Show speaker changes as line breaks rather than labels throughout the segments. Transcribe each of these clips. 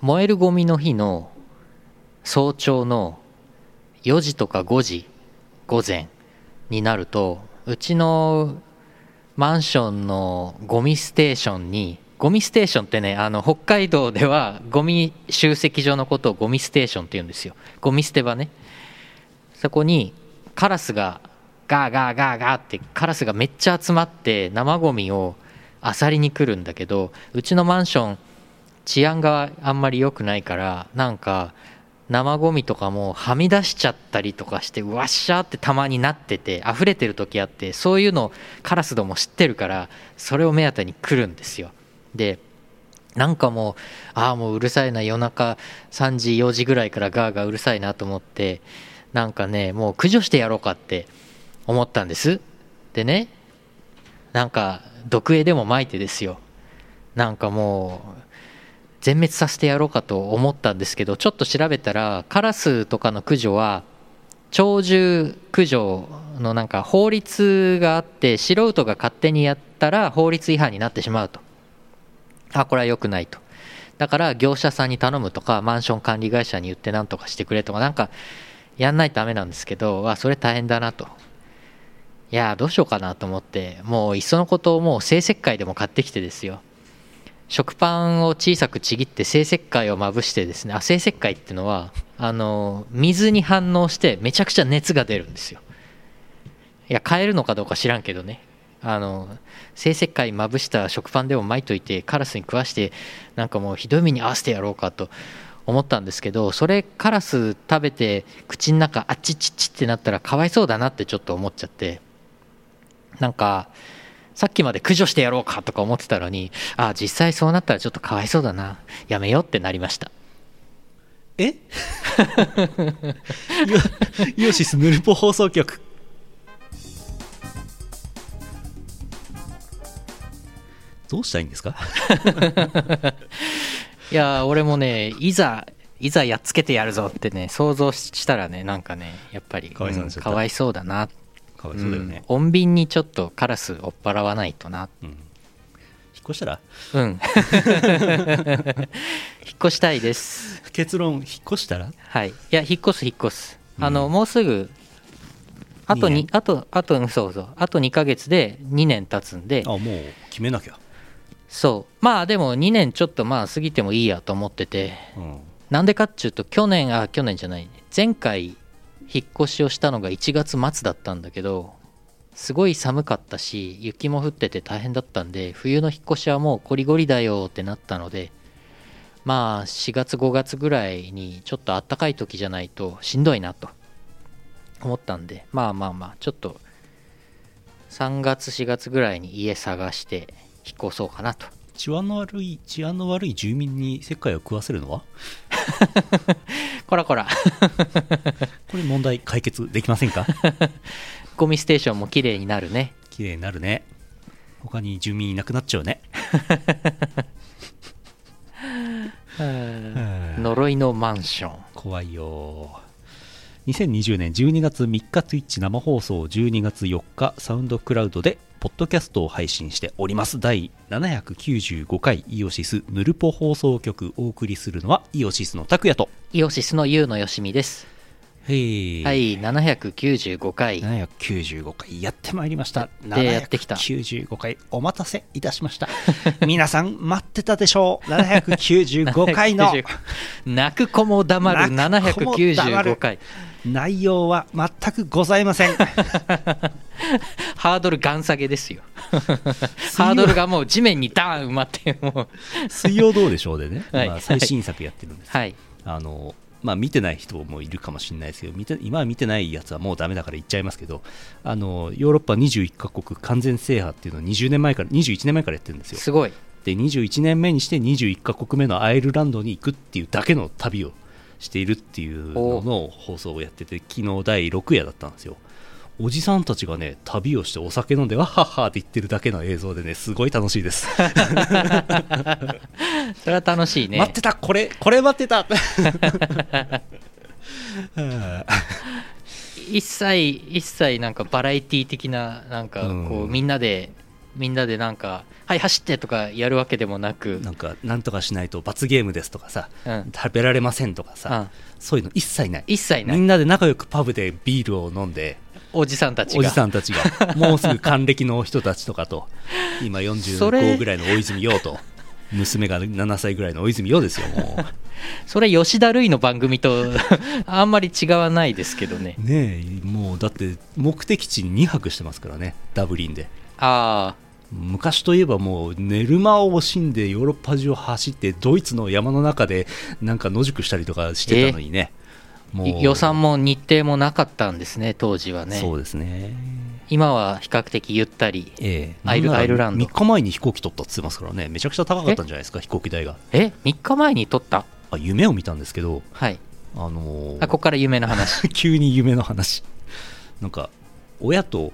燃えるゴミの日の早朝の4時とか5時午前になるとうちのマンションのゴミステーションにゴミステーションってねあの北海道ではゴミ集積所のことをゴミステーションって言うんですよゴミ捨て場ねそこにカラスがガーガーガーガーってカラスがめっちゃ集まって生ゴミを漁りに来るんだけどうちのマンション治安があんまり良くないからなんか生ゴミとかもはみ出しちゃったりとかしてうわっしゃーってたまになってて溢れてる時あってそういうのカラスども知ってるからそれを目当てに来るんですよでなんかもうああもううるさいな夜中3時4時ぐらいからガーガーうるさいなと思ってなんかねもう駆除してやろうかって思ったんですでねなんか毒餌でも撒いてですよなんかもう全滅させてやろうかと思ったんですけどちょっと調べたらカラスとかの駆除は鳥獣駆除のなんか法律があって素人が勝手にやったら法律違反になってしまうとあこれは良くないとだから業者さんに頼むとかマンション管理会社に言って何とかしてくれとかなんかやんないとダメなんですけどわそれ大変だなといやーどうしようかなと思ってもういっそのことをもう生石灰でも買ってきてですよ食パンを小さくちぎって生石灰をまぶしてですねあ生石灰ってのはあの水に反応してめちゃくちゃ熱が出るんですよいや買えるのかどうか知らんけどねあの生石灰まぶした食パンでも巻いといてカラスに食わしてなんかもうひどい目に合わせてやろうかと思ったんですけどそれカラス食べて口の中あっちちっちってなったらかわいそうだなってちょっと思っちゃってなんかさっきまで駆除してやろうかとか思ってたのにああ実際そうなったらちょっとかわいそうだなやめようってなりました
え イオイオシスヌルポ放送局どうしたらいいんですか
いやー俺もねいざいざやっつけてやるぞってね想像したらねなんかねやっぱり
かわいそうなんですよ
んかわいそうだな
かわいそうだよね、
うん、穏便にちょっとカラス追っ払わないとな
うん引っ越したら
うん 引っ越したいです
結論引っ越したら
はいいや引っ越す引っ越す
うん
あの、もうすぐあと
二
に
年
あとあとうんそうそうあと2ヶ月で2年経つんで
あもう決めなきゃ、
そうまあでも2年ちょっとまあ過ぎてもいいやと思ってて
うん、
なんでかっちゅうと去年あ去年じゃない前回引っ越しをしたのが1月末だったんだけどすごい寒かったし雪も降ってて大変だったんで冬の引っ越しはもうこりごりだよってなったのでまあ4月5月ぐらいにちょっとあったかい時じゃないとしんどいなと思ったんでまあまあまあちょっと3月4月ぐらいに家探して引っ越そうかなと
治安の悪い治安の悪い住民に石灰を食わせるのは
こらこら
これ問題解決できませんか
ゴミステーションも綺麗になるね
綺麗になるね他に住民いなくなっちゃうね
呪いのマンション
怖いよ2020年12月3日 Twitch 生放送12月4日サウンドクラウドでポッドキャストを配信しております第795回イオシスヌルポ放送局お送りするのはイオシスの拓也と
イオシスの優のよしみです、
へー
はい795回
795回やってまいりました
でやってきた
795回お待たせいたしました 皆さん待ってたでしょう795 回の
795泣く子も黙る
泣く子も黙る
795回
内容は全くございません
ハードルガン下げですよ ハードルがもう地面にダーン埋まって もう
水曜どうでしょうでね、
はい
まあ、最新作やってるんです、
はい
あのまあ見てない人もいるかもしれないですけど見て今は見てないやつはもうダメだから言っちゃいますけどあのヨーロッパ21カ国完全制覇っていうのを20年前から21年前からやってるんですよ
すごい
で21年目にして21カ国目のアイルランドに行くっていうだけの旅をしているっていうのの放送をやってて昨日第6夜だったんですよおじさんたちがね旅をしてお酒飲んでわっはっはって言ってるだけの映像でねすごい楽しいです、
それは楽しいね
待ってたこれこれ待って た
一切一切なんかバラエティー的ななんかこう、
うん
みんなでみんなでなんか「はい走って!」とかやるわけでもなく
なんかなんとかしないと罰ゲームですとかさ、
うん
食べられませんとかさ、そういうの一切ない
一切な
み
い
んなで仲良くパブでビールを飲んで
おじさんたちが
おじさんたち がもうすぐ還暦の人たちとかと今
それ
45ぐらいの大泉洋と娘が7歳ぐらいの大泉洋ですよも
それ吉田類の番組 とあんまり違わないですけどね
うねえもうだって目的地に2泊してますからねダブリンで
あ
昔といえばもう寝る間を惜しんでヨーロッパ中を走ってドイツの山の中でなんか野宿したりとかしてたのにね、
あ
もう
予算も日程もなかったんですね当時はね
そうですね
今は比較的ゆったり
ええ
アイル
なんなら
アイルランド
3日前に飛行機取ったっつってますからねめちゃくちゃ高かったんじゃないですか飛行機代が
え3日前に撮った
あ夢を見たんですけど
はい
あのー
あここから夢の話
急に夢の話なんか親と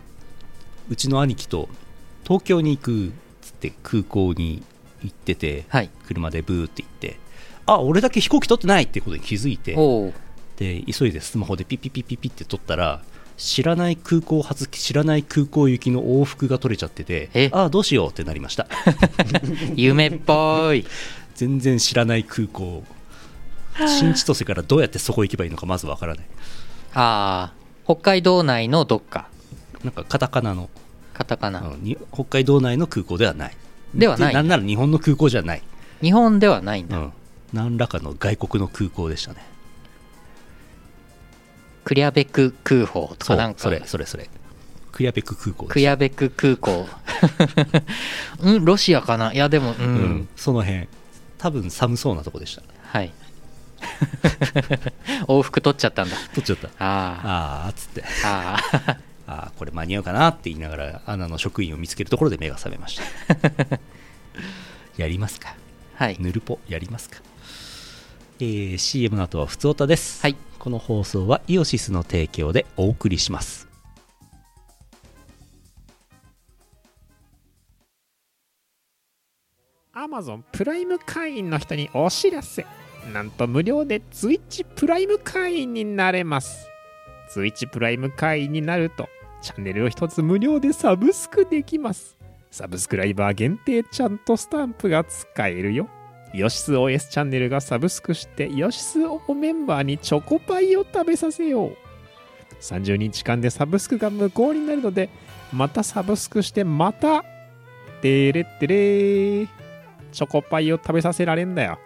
うちの兄貴と東京に行くっつって空港に行ってて
はい
車でブーって行ってあ俺だけ飛行機取ってないってことに気づいて
おお
で急いでスマホでピッピッピッピッピッって撮ったら知らない空港発知らない空港行きの往復が取れちゃって
え
てあどうしようってなりました
夢っぽい
全然知らない空港新千歳からどうやってそこ行けばいいのかまずわからない
ああ北海道内のどっか
なんかカタカナの
カタカナ、
あのに北海道内の空港ではない
ではない
なんなら日本の空港じゃない、
日本ではないん
う
だ、
ん、何らかの外国の空港でしたね
クリアベク空港と
そ
か
う
なんか
それそれそれクヤベク空港
クリアベク空 港うんロシアかないやでもうん、
うん、その辺多分寒そうなとこでした
はい 往復取っちゃったんだ
取っちゃった
あ
あーっつって
ーあー
あーこれ間に合うかなって言いながらアナの職員を見つけるところで目が覚めました やりますか
はい
ぬるぽやりますか、えー CM の後はふつおたです、
はい
この放送はイオシスの提供でお送りします
アマゾンプライム会員の人にお知らせなんと無料で Twitch プライム会員になれます Twitch プライム会員になるとチャンネルを一つ無料でサブスクできますサブスクライバー限定ちゃんとスタンプが使えるよヨシス OS チャンネルがサブスクしてヨシス O メンバーにチョコパイを食べさせよう30日間でサブスクが無効になるのでまたサブスクしてまたてれってれーチョコパイを食べさせられんだよ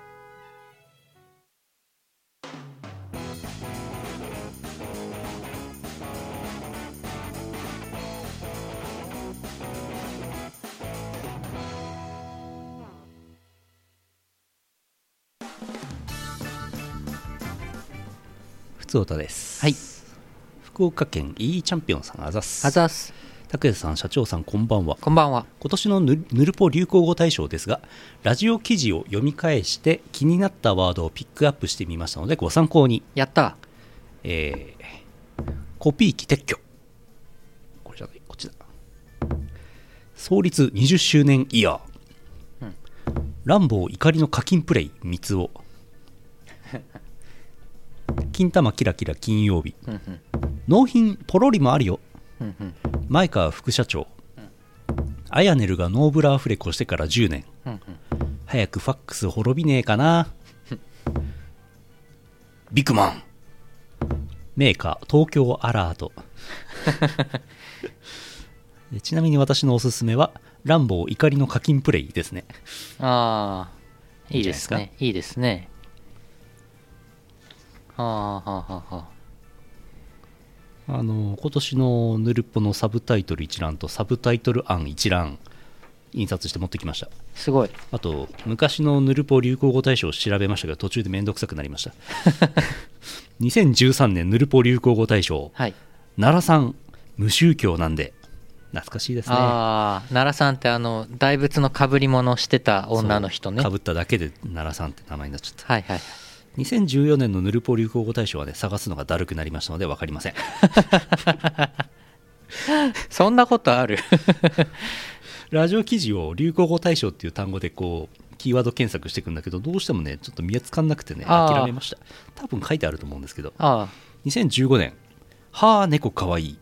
ふつおたです
はい
福岡県 E チャンピオンさんあざっす
あざっす
拓也さん社長さんこんばんは
こんばんは
今年のぬぬるぽ流行語大賞ですがラジオ記事を読み返して気になったワードをピックアップしてみましたのでご参考に、
やった
えーコピー機撤去これじゃないこっちだ創立20周年イヤー、ランボー怒りの課金プレイ三つを 金玉キラキラ金曜日
うんうん
納品ポロリもあるよ
うんうん
前川副社長、アヤネルがノーブラアフレコしてから10年
うん
早くファックス滅びねえかな ビッグマンメーカー東京アラー トえちなみに私のおすすめはランボー怒りの課金プレイですね
ああいいです
いいんじゃない
ねいいですねはあはあはあはあ
あの今年のヌルポのサブタイトル一覧とサブタイトル案一覧印刷して持ってきました
すごい
あと昔のヌルポ流行語大賞を調べましたけど途中で面倒くさくなりました 2013年ヌルポ流行語大賞
はい
奈良さん無宗教なんで懐かしいですね
ああ奈良さんってあの大仏のかぶり物してた女の人ね
かぶ
は
っただけで奈良さんって名前になっちゃった
いはい
2014年のヌルポ流行語大賞はね探すのがだるくなりましたので分か りません
そんなことある
ラジオ記事を流行語大賞っていう単語でこうキーワード検索していくんだけどどうしてもねちょっと見つかんなくてね
あー
諦めました多分書いてあると思うんですけど
あ
2015年「はあ猫かわいい」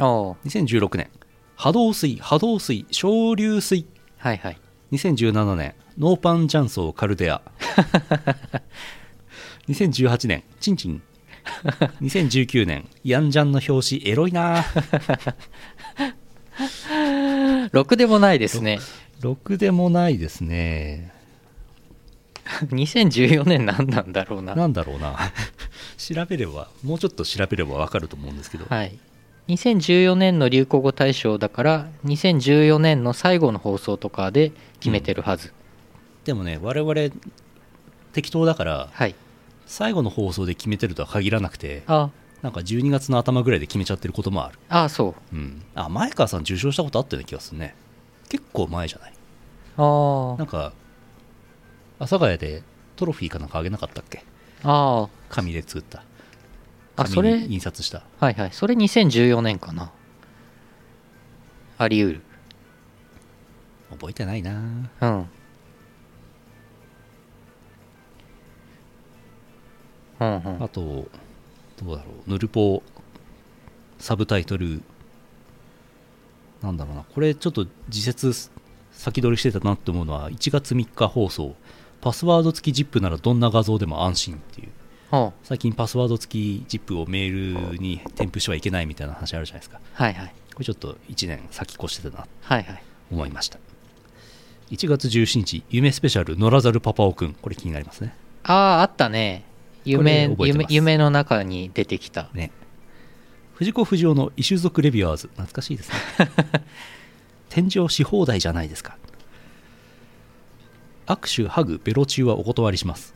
あおう
2016年波動水波動水小流水
はいはい
2017年ノーパン雀荘カル デア2018年チンチン2019年ヤンジャンの表紙エロいな
ろくでもないですね
ろくでもないですね
2014年何なんだろうな
なんだろうな 調べればもうちょっと調べればわかると思うんですけど、
はい2014年の流行語大賞だから2014年の最後の放送とかで決めてるはず、
でもね我々適当だから
はい
最後の放送で決めてるとは限らなくて
あ
なんか12月の頭ぐらいで決めちゃってることもある
あそう
うんあ前川さん受賞したことあったような気がするね結構前じゃな
あ
いなんか阿佐ヶ谷でトロフィーかなんかあげなかったっけ
ああ
紙で作った
あそれ
紙に印刷した
あはいはいそれ2014年かなあり得る
覚えてないな
うんうんうん
あとどうだろうヌルポサブタイトルなんだろうなこれちょっと時節先取りしてたなって思うのは1月3日放送パスワード付き ZIP ならどんな画像でも安心っていう
ほう
最近パスワード付き ZIP をメールに添付してはいけないみたいな話あるじゃないですか
はいはい
これちょっと1年先越してたなと
はいはい
思いました1月17日夢スペシャル野良猿パパオくんこれ気になりますね
あああったね夢
これ覚えて
夢
ます
夢の中に出てきた
ね藤子不二雄の異種族レビュアーズ懐かしいですね天井し放題じゃないですか握手ハグベロ中はお断りします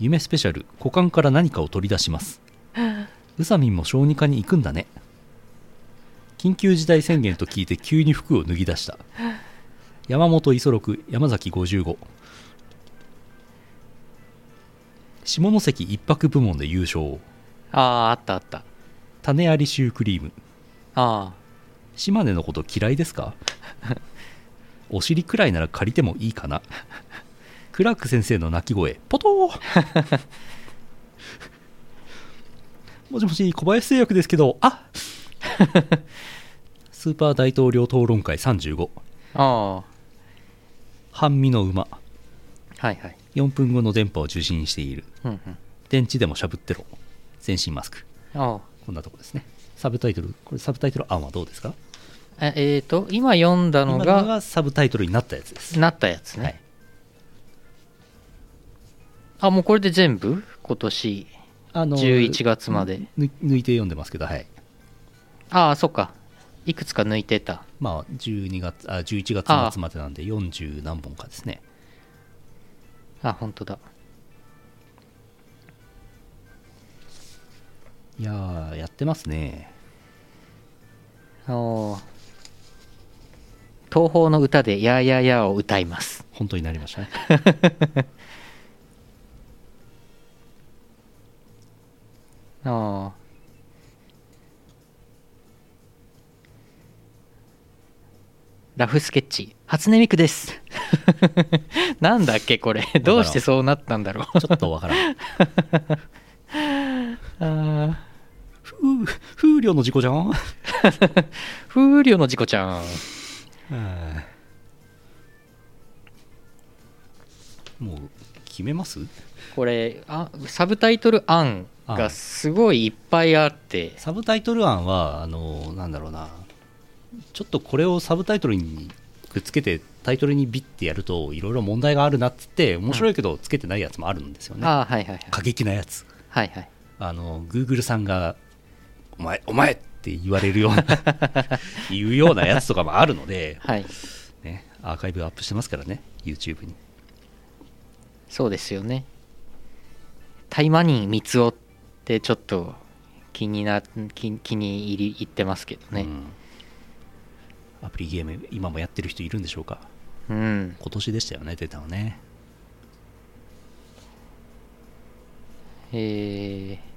夢スペシャル股間から何かを取り出します宇佐美も小児科に行くんだね緊急事態宣言と聞いて急に服を脱ぎ出した山本五十六山崎55下関一泊部門で優勝
あああったあった
種ありシュークリーム
あ
島根のこと嫌いです かお尻くらいなら借りてもいいかなクラーク先生の泣き声ポトー もしもし小林製薬ですけど あスーパー大統領討論会35
あああ
半身の馬
はいはい
4分後の電波を受信している
うんうん
電池でもしゃぶってろ全身マスク
あ
こんなとこですねサブタイトルこれサブタイトル案はどうですか
あええー、と今読んだの
今の
が
がサブタイトルになったやつです
なったやつね、
はい
あもうこれで全部今年
あの
11月まで
ぬ抜いて読んでますけど、はい。
ああそっかいくつか抜いてた
まあ、12月、あ、11月末までなんで、40何本かですね。
あ本当だ
いやー、やってますね。
おー東宝の歌で「やーやーやー」を歌います
本当になりましたね。
ああラフスケッチ初音ミクです なんだっけこれどうしてそうなったんだろう
ちょっとわから ん。
あー
風風量の事故じゃん。
風量の事故ちゃん
もう、決めます
これあサブタイトル案がすごいいっぱいあって
サブタイトル案は、あの、なんだろうな。ちょっとこれをサブタイトルにくっつけて、タイトルにビッてやると、いろいろ問題があるなっつって、面白いけど、つけてないやつもあるんですよね。
ああはいはいはい
過激なやつ。
はいはい
あの、Google さんが、お前、お前って言われるような、 言うようなやつとかもあるので、
はい
ね、アーカイブアップしてますからね、YouTube に。
そうですよねタイマニー三つ男ってちょっと気にな気気に入り入ってますけど
う
ね
んアプリゲーム、今もやってる人いるんでしょうか。
うん、
今年でしたよね、出たのね。
えー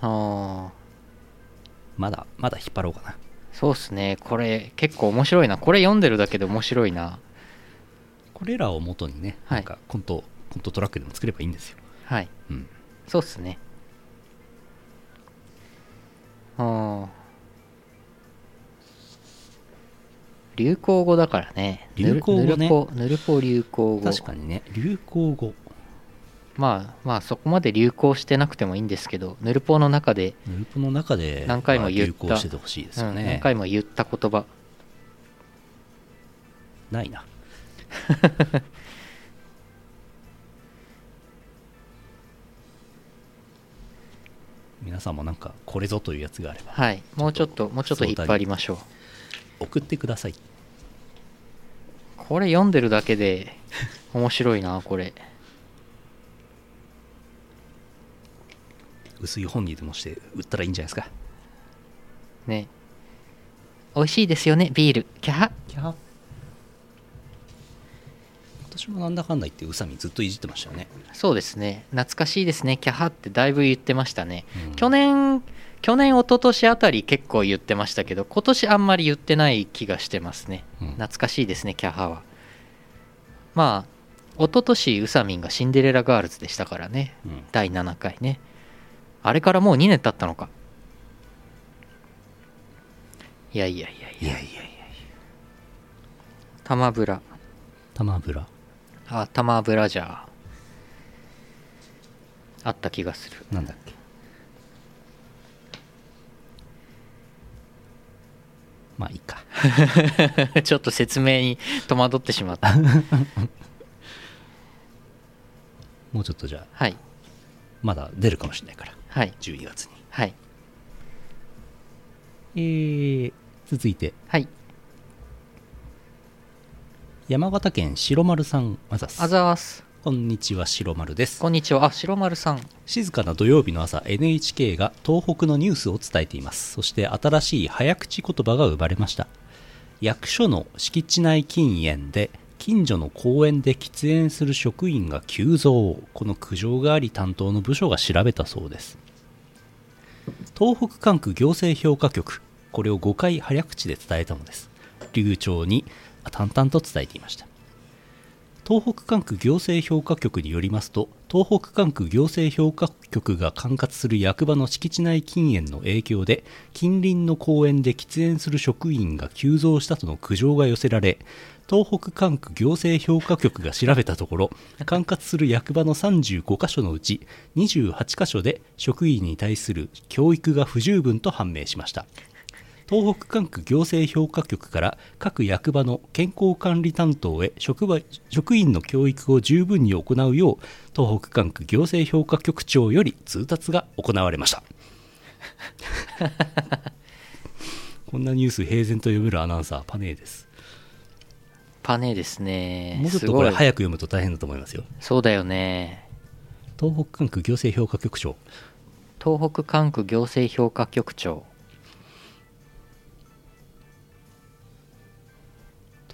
ああ
まだ、まだ引っ張ろうかな。
そうっすねこれ結構面白いなこれ読んでるだけで面白いな
これらを元にね、
はい
なんかコント、コントトラックでも作ればいいんですよ。
はい
うん。
そうっすねうん流行語だからね
流行語ね
ぬるぬるぽぬるぽ流行語
確かにね流行語
まあまあそこまで流行してなくてもいいんですけどぬるぽの中で、
ヌルポの中で
何回も
まあ
言った
流行しててほしいです
う
よ
ん
ね、
何回も言った言葉
ないな 皆さんもなんかこれぞというやつがあれば
はいもうちょっともうちょっと引っ張りましょう
送ってください
これ読んでるだけ で面白いなこれ
薄い本にでもして売ったらいいんじゃないですか
ね美味しいですよねビールキャハ
キャー私もなんだかんだ言って宇佐美ずっといじってましたよね
そうですね懐かしいですねキャハってだいぶ言ってましたね、
うん
去年去年一昨年あたり結構言ってましたけど今年あんまり言ってない気がしてますね、
うん
懐かしいですねキャハはまあ一昨年ウサミンがシンデレラガールズでしたからね
うん
第7回ねあれからもう2年経ったのかいやいやいやいや
いやいや
玉ぶら
玉油
あ玉ぶらじゃあった気がする
なんだっけまあいいか
ちょっと説明に戸惑ってしまった。
もうちょっとじゃあ
はい。
まだ出るかもしれないから
はい。
12月に
はい。
えー続いて
はい。
山形県白丸さんあざっす
あざーす。
こんにちは白丸です
こんにちは。あ、白丸さん。
静かな土曜日の朝 NHK が東北のニュースを伝えていますそして新しい早口言葉が生まれました役所の敷地内禁煙で近所の公園で喫煙する職員が急増この苦情があり担当の部署が調べたそうです東北管区行政評価局これを5回早口で伝えたのです流暢に淡々と伝えていました東北管区行政評価局によりますと東北管区行政評価局が管轄する役場の敷地内禁煙の影響で近隣の公園で喫煙する職員が急増したとの苦情が寄せられ東北管区行政評価局が調べたところ管轄する役場の35カ所のうち28カ所で職員に対する教育が不十分と判明しました東北管区行政評価局から各役場の健康管理担当へ職場職員の教育を十分に行うよう東北管区行政評価局長より通達が行われました こんなニュース平然と読めるアナウンサーパネーです
パネですね。
もうちょ
す
っとこ
ご
れ
い。
早く読むと大変だと思いますよ
そうだよね。
東北管区行政評価局長
東北管区行政評価局長。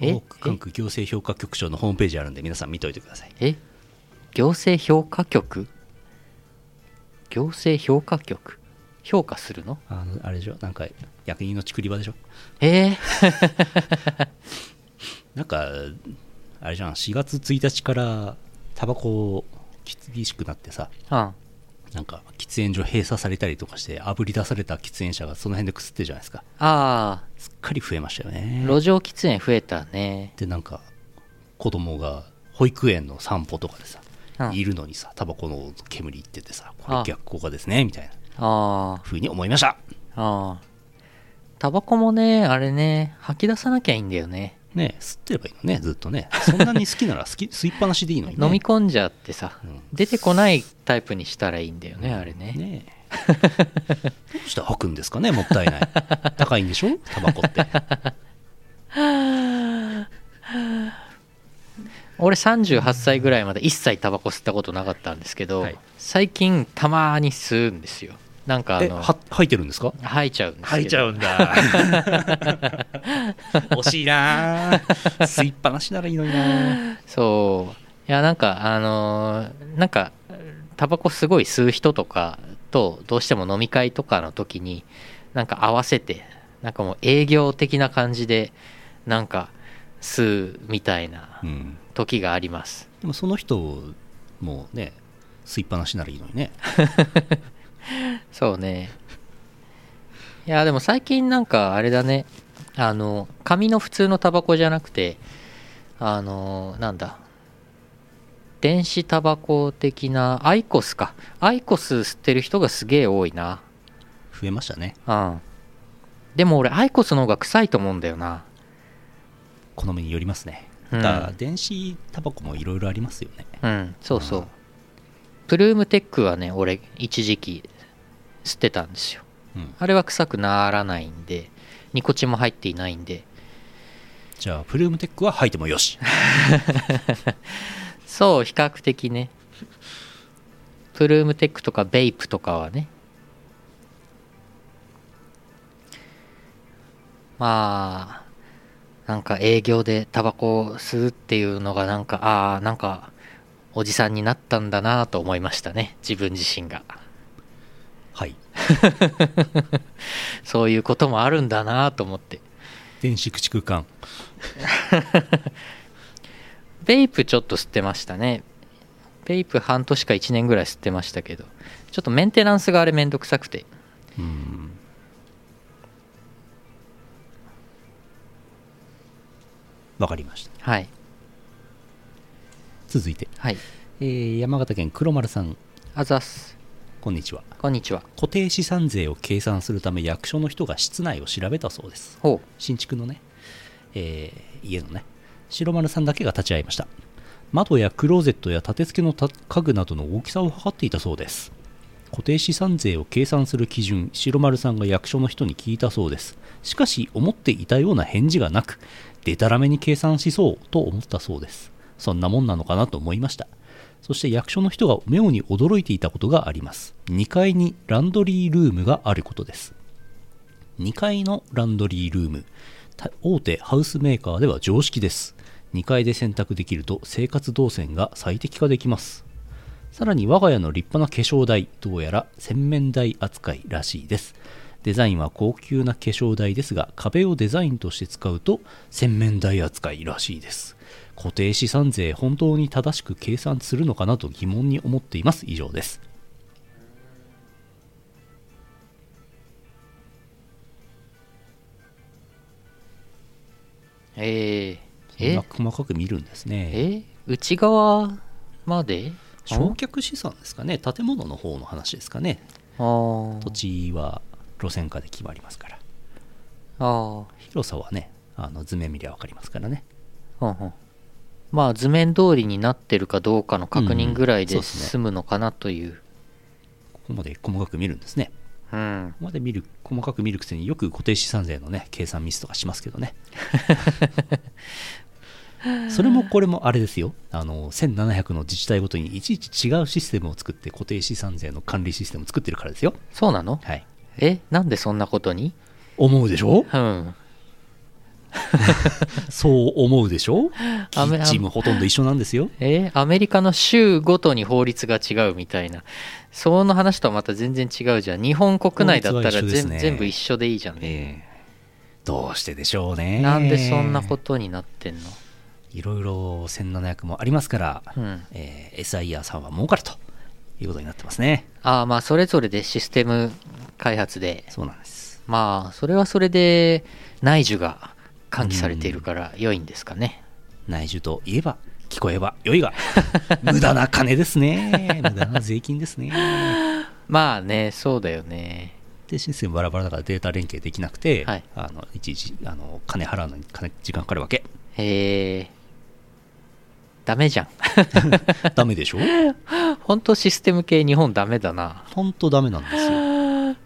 え
東北管区行政評価局長のホームページあるんで皆さん見といてください
え行政評価局行政評価局評価するの
あのあれでしょなんか役人のちくり場でしょ
えー、
なんかあれじゃん4月1日からタバコ厳しくなってさ
あ
なんか喫煙所閉鎖されたりとかしてあぶり出された喫煙者がその辺でくすってるじゃないですか
あ
すっかり増えましたよ
ー、
ね
路上喫煙増えたね。
でなんか子供が保育園の散歩とかでさ、
うん
いるのにさタバコの煙いっててさこ
あ
れ逆効果ですねみたいな
ああ。
風に思いました
ああタバコもねあれね吐き出さなきゃいいんだよね
ねえ吸ってればいいのねずっとねそんなに好きなら好き吸いっぱなしでいいのに ね
飲み込んじゃってさ、
うん
出てこないタイプにしたらいいんだよねあれね
ね えどうして吐くんですかねもったいない高いんでしょタバ コって
俺38歳ぐらいまで一切タバコ吸ったことなかったんですけど、
はい
最近たまに吸うんですよなんかあ
え
の
は吐いてるんですか
吐いちゃうんですけど
うん だ惜しいな吸いっぱなしならいいのにな
そういやなんかあのーなんかタバコすごい吸う人とかとどうしても飲み会とかの時になんか合わせてなんかもう営業的な感じでなんか吸うみたいな
うん
時があります
でもその人もね吸いっぱなしならいいのにね
そうねいやでも最近なんかあれだねあの紙の普通のタバコじゃなくてあのなんだ電子タバコ的なアイコスかアイコス吸ってる人がすげえ多いな
増えましたね
うんでも俺アイコスの方が臭いと思うんだよな
好みによりますね
うん
だから電子タバコもいろいろありますよね
うんそうそう
うん
プルームテックはね俺一時期吸ってたんですよ
うん
あれは臭くならないんでニコチンも入っていないんで
じゃあプルームテックは吐いてもよし
そう比較的ねプルームテックとかベイプとかはねまあなんか営業でタバコを吸うっていうのがなんかああなんかおじさんになったんだなと思いましたね自分自身が
はい
そういうこともあるんだなと思って
電子駆逐艦
ベイプちょっと吸ってましたねベイプ半年か1年ぐらい吸ってましたけどちょっとメンテナンスがあれめんどくさくて
うんわかりました
はい
続いて、
はい
えー山形県黒丸さん
あざっす
こんにちは
こんにちは
固定資産税を計算するため役所の人が室内を調べたそうです
ほ
新築のね、えー家のね白丸さんだけが立ち会いました窓やクローゼットや立て付けのた家具などの大きさを測っていたそうです固定資産税を計算する基準白丸さんが役所の人に聞いたそうですしかし思っていたような返事がなくでたらめに計算しそうと思ったそうですそんなもんなのかなと思いましたそして役所の人が妙に驚いていたことがあります2階にランドリールームがあることです2階のランドリールームた大手ハウスメーカーでは常識です2階で洗濯できると生活動線が最適化できますさらに我が家の立派な化粧台どうやら洗面台扱いらしいですデザインは高級な化粧台ですが壁をデザインとして使うと洗面台扱いらしいです固定資産税本当に正しく計算するのかなと疑問に思っています以上です
うえ
そん
ー
な、細かく見るんです
え
ね
え内側まで
焼却資産ですかね建物の方の話ですかね
あー
土地は路線価で決まりますから
あー
広さはねあの図面見りゃ分かりますからね
ほんほんまあ図面通りになってるかどうかの確認ぐらい
うんそ
で
うっすね
済むのかなという
ここまで細かく見るんですね
うん
ここまで見る細かく見るくせによく固定資産税のね計算ミスとかしますけどねそれもこれもあれですよあの1700の自治体ごとにいちいち違うシステムを作って固定資産税の管理システムを作ってるからですよ
そうなの
はい
えなんでそんなことに
思うでしょ
うん
そう思うでしょキ
あめ
ッチンもほとんど一緒なんですよ
えアメリカの州ごとに法律が違うみたいなその話とはまた全然違うじゃん日本国内だった
法律は
ら
一緒で
全,、
すね
全部一緒でいいじゃん、
ええどうしてでしょうね
なんでそんなことになってんの
いろいろ1700もありますから、
うん
えー SIR さんは儲かるということになってますね
ああまあそれぞれでシステム開発で
そうなんです
まあそれはそれで内需が喚起されているから良いんですかね
内需といえば聞こえば良 いが無駄な金ですね無駄な税金ですね
まあねそうだよね
でシステムバラバラだからデータ連携できなくて、
はい
あのいちいちあの金払うのに金時間かかるわけ
へえダメじゃん
ダメでしょ
本当システム系日本ダメだな
ほんとダメなんですよ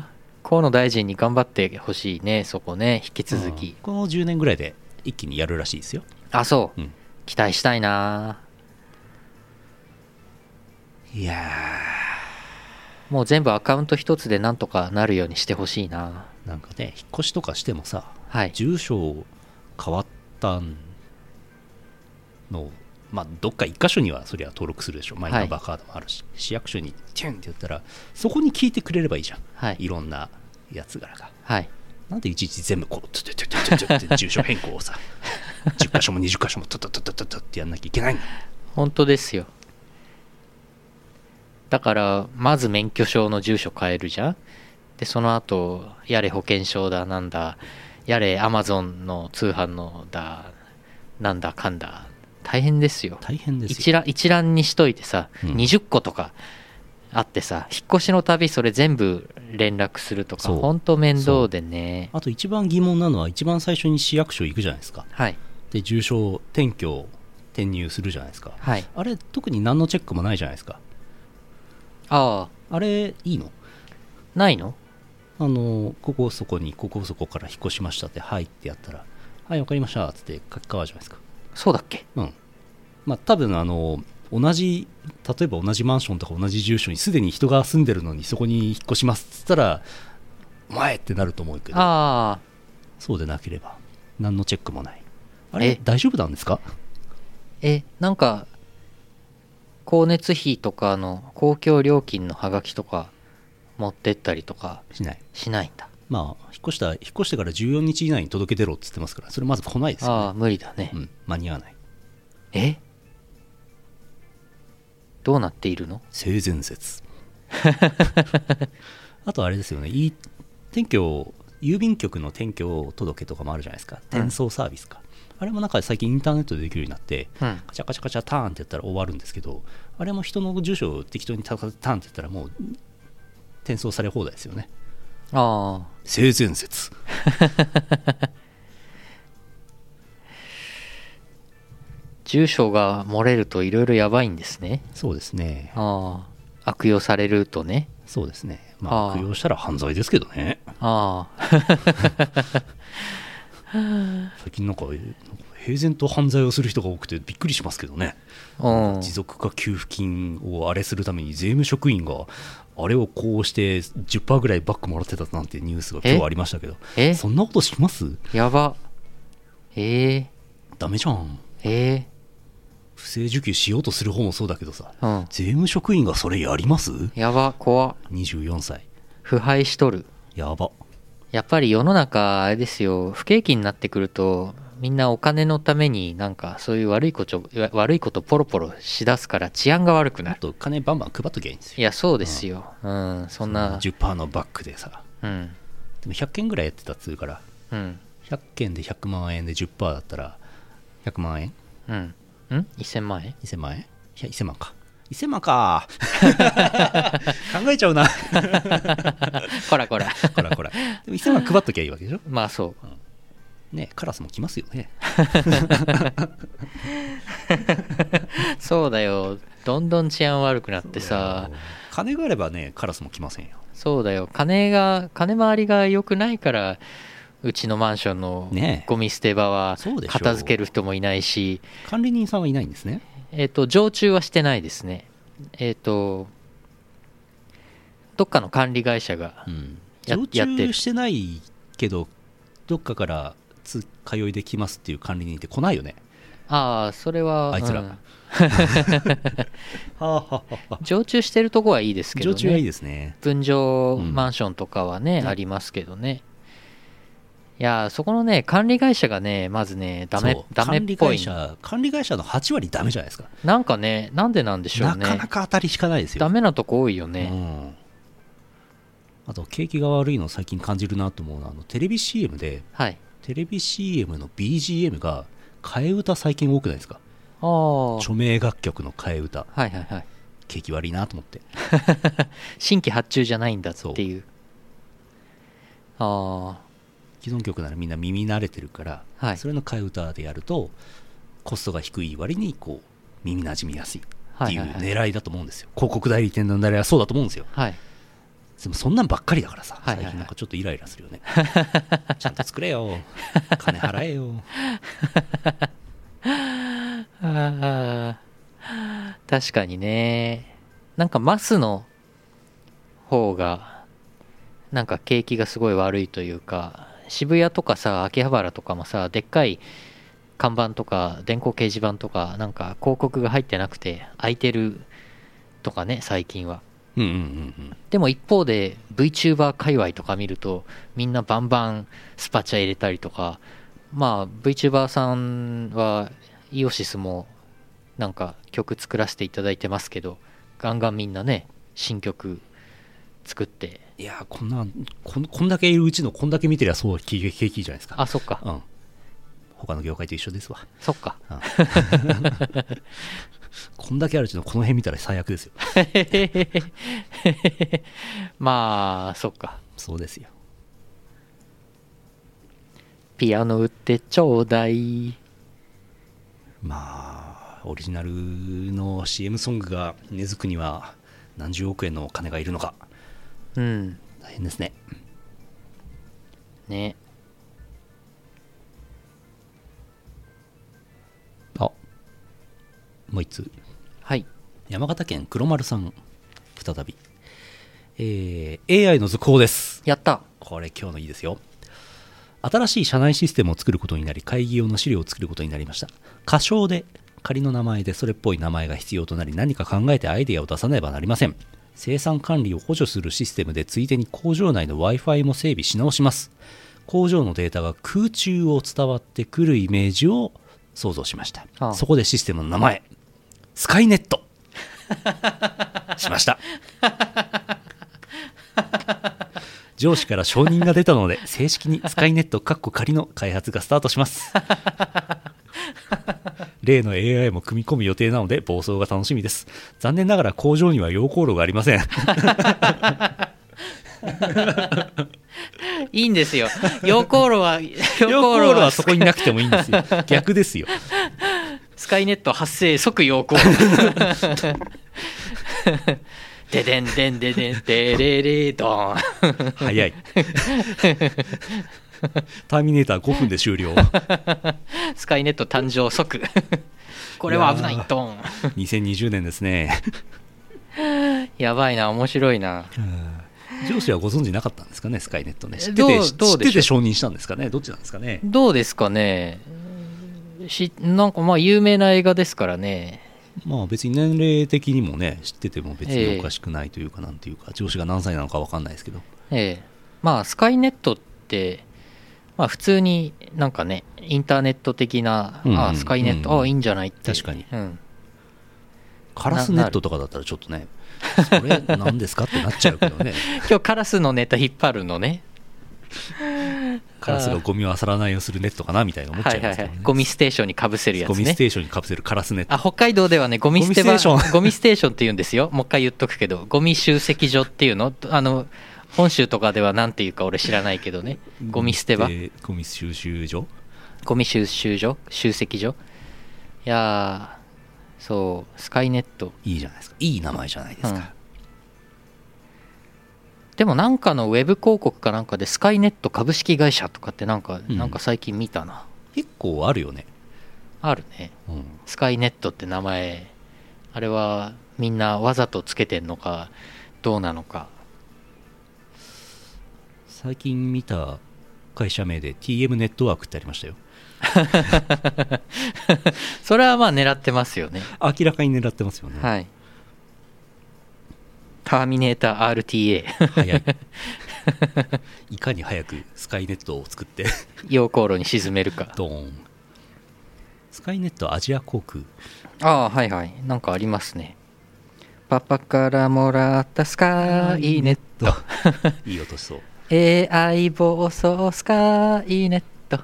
あ河野大臣に頑張ってほしいねそこね引き続
うん
き
この10年ぐらいで一気にやるらしいですよ
あそう、
うん
期待したいない
や
もう全部アカウント一つでなんとかなるようにしてほしいな
ーなんかね引っ越しとかしてもさ
はい
住所変わったのをまあ、どっか一箇所にはそりゃ登録するでしょマイナンバーカードもあるし、市役所にチュンって言ったらそこに聞いてくれればいいじゃん、
はい
いろんなやつらが
はい
なんでいちいち全部こうトゥトゥトゥトゥトゥって住所変更をさ10箇所も20箇所もトゥトゥトゥトゥトゥってやんなきゃいけないの
本当ですよだからまず免許証の住所変えるじゃんでその後やれ保険証だなんだやれアマゾンの通販のだなんだかんだ大変ですよ
大変です
一
よ
覧一覧にしといてさ、
うん
20個とかあってさ引っ越しのたびそれ全部連絡するとか
そう
本当面倒でね
あと一番疑問なのは一番最初に市役所行くじゃないですか
はい
で住所転居転入するじゃないですか
はい
あれ特に何のチェックもないじゃないですか
ああ
あれいいの
ないの
あのここそこにここそこから引っ越しましたって「はい」ってやったら「はいわかりました」っつって書き換わるじゃないですか
そうだっけ
うんまあ多分あの同じ例えば同じマンションとか同じ住所にすでに人が住んでるのにそこに引っ越しますっつったら「お前!」ってなると思うけど
ああ
そうでなければ何のチェックもないあ
え
れ大丈夫なんですか
えなんか光熱費とかの公共料金のハガキとか持ってったりとか
しない
しないんだ
まあ引っ越した引っ越してから14日以内に届け出ろっつってますからそれまず来ないですよ、
ああ無理だね、
うん、間に合わない
えどうなっているの
性善説 あとあれですよねいい転居郵便局の転居届とかもあるじゃないですか転送サービスか、あれもなんか最近インターネットでできるようになって
うん
カチャカチャカチャターンってやったら終わるんですけどあれも人の住所を適当にタタターンってやったらもう転送され放題ですよね
ああ
性善説
住所が漏れるといろいろやばいんですね
そうですね
ああ悪用されるとね
そうですねま
あ
あ
あ
悪用したら犯罪ですけどね
ああ
最近なんかえーなんか平然と犯罪をする人が多くてびっくりしますけどね
うん
持続化給付金をあれするために税務職員があれをこうして10%ぐらいバックもらってたなんてニュースが今
え
日ありましたけど
え
そんなことします
やばええ
ダメじゃん
え
不正受給しようとする方もそうだけどさ
えうん
税務職員がそれやります
やば怖
?24 歳
腐敗しとる
やば
やっぱり世の中あれですよ不景気になってくるとみんなお金のためになんかそういう悪いこと悪いことポロポロしだすから治安が悪くな
あ
る
と金バンバン配っときゃいいんです
い
よ
やそうですようんそんな
10%のバックでさ
うん
でも100件ぐらいやってたっつうから
うん
100件で100万円で10%だったら100万円
うんうん1000万円
1000万円いや1000万か1000万か考えちゃうな
こらこ ら
こらこらでも1000万配っときゃいいわけでしょ
まあそう
ねえカラスも来ますよね
そうだよどんどん治安悪くなってさ
金があればねカラスも来ませんよ
そうだよ金が金回りが良くないからうちのマンションの
ねえ
ゴミ捨て場は
そうでしょう
片付ける人もいないし
管理人さんはいないんですね
えっ、と常駐はしてないですねえっ、とどっかの管理会社が
うん
や
常
やってる
駐してないけどどっかからつ通いで来ますっていう管理人って来ないよね
ああそれは
あいつら
うん
はあはあはあ
常駐してるとこはいいですけど
常駐はいい
ね
ですね
分譲
うん
マンションとかはね、
ね
ありますけどねいやーそこのね管理会社がねまずねダメ
そう
ダメっぽ
管理会
い
社管理会社の8割ダメじゃないですか
なんかねなんでなんでしょう
な
ね
かなか当たり引かないですよ
ダメなとこ多いよね、
うん、あと景気が悪いのを最近感じるなと思うのはあのテレビ CM で
はい
テレビ CM の BGM が替え歌最近多くないですか
ああ
著名楽曲の替え歌
はいはいはい
景気悪いなと思って
新規発注じゃないんだっていうあ
既存曲ならみんな耳慣れてるから、
あはい
それの替え歌でやるとコストが低い割にこう耳なじみやすいっ
は
て
い
いう
はいはい
狙いだと思うんですよ、広告代理店の狙いはそうだと思うんですよ
はい
でもそんなんばっかりだからさ、
はいはいはい
最近なんかちょっとイライラするよねちゃんと作れ よ金払えよ
ああ確かにねなんかマスの方がなんか景気がすごい悪いというか渋谷とかさ秋葉原とかもさでっかい看板とか電光掲示板とかなんか広告が入ってなくて空いてるとかね最近は
うんうんうんうん
でも一方で VTuber 界隈とか見るとみんなバンバンスパチャ入れたりとかまあ VTuber さんはイオシスもなんか曲作らせていただいてますけどガンガンみんなね新曲作って
いやーこんなこんこんだけいるうちのこんだけ見てりゃそう景気景気いいじゃないですか
あそっか、
うん他の業界と一緒ですわ
そっか
こんだけあるうちのこの辺見たら最悪ですよ
まあそっか
そうですよ
ピアノ売ってちょうだい
まあオリジナルの CM ソングが根付くには何十億円のお金がいるのか
うん
大変ですね
ね
あもう一通
はい
山形県黒丸さん再びえー AI の続報です
やった
これ今日のいいですよ新しい社内システムを作ることになり会議用の資料を作ることになりました仮称で仮の名前でそれっぽい名前が必要となり何か考えてアイデアを出さねばなりません生産管理を補助するシステムでついでに工場内の w i f i も整備し直します工場のデータが空中を伝わってくるイメージを想像しました、
ああ
そこでシステムの名前スカイネットしました上司から承認が出たので 正式にスカイネットかっこ仮の開発がスタートします 例の AI も組み込む予定なので暴走が楽しみです残念ながら工場には溶鉱炉がありま せん
いいんですよ 溶鉱炉は溶
溶鉱炉はそこになくてもいいんですよ逆ですよ
スカイネット発生即陽光。ででんでんででんでれれどん。
早いターミネーター5分で終了
スカイネット誕生即。これは危ないドン。
2020年ですね
やばいな、面白いな。
上司はご存知なかったんですかねスカイネットね知って
ど
て
うど
知
うでしょう
ってて承認したんですかねどっちなんですかね
どうですかねしなんかまあ有名な映画ですからね。
まあ別に年齢的にもね知ってても別におかしくないというかなんていうか上司が何歳なのか分かんないですけど
ええ。まあスカイネットって、まあ普通になんかね、インターネット的な、
うんうん
ああスカイネット、
うんうん
ああいいんじゃないって。
確かに
うん。
カラスネットとかだったらちょっとねそれ何ですかってなっちゃうけど ね
今日カラスのネタ引っ張るのね。
カラスがゴミを漁らないようにするネットかなみたいな思っちゃいますけどね、
ゴミステーションにかぶせるやつ
ゴミ
ね
ステーションにかぶせるカラスネット
あ北海道ではねゴミ捨て場
ゴミステーション
ゴミステーションって言うんですよもう一回言っとくけどゴミ集積所っていうのあの本州とかではなんていうか俺知らないけどねゴミ捨て場
でゴミ収集所
ゴミ収集所集積所いやーそうスカイネット
いいじゃないですかいい名前じゃないですか、
でもなんかのウェブ広告かなんかでスカイネット株式会社とかってなんか、
うん
なんか最近見たな
結構あるよね、
あるね
うん
スカイネットって名前あれはみんなわざとつけてんのかどうなのか
最近見た会社名で TM ネットワークってありましたよ
それはまあ狙ってますよね
明らかに狙ってますよね、
はいターミネーター RTA
早い いかに早くスカイネットを作って
溶鉱炉に沈めるか
ドーンスカイネットアジア航空
ああはいはいなんかありますねパパからもらったスカイネット
いい音しそう
AI 暴走スカイネット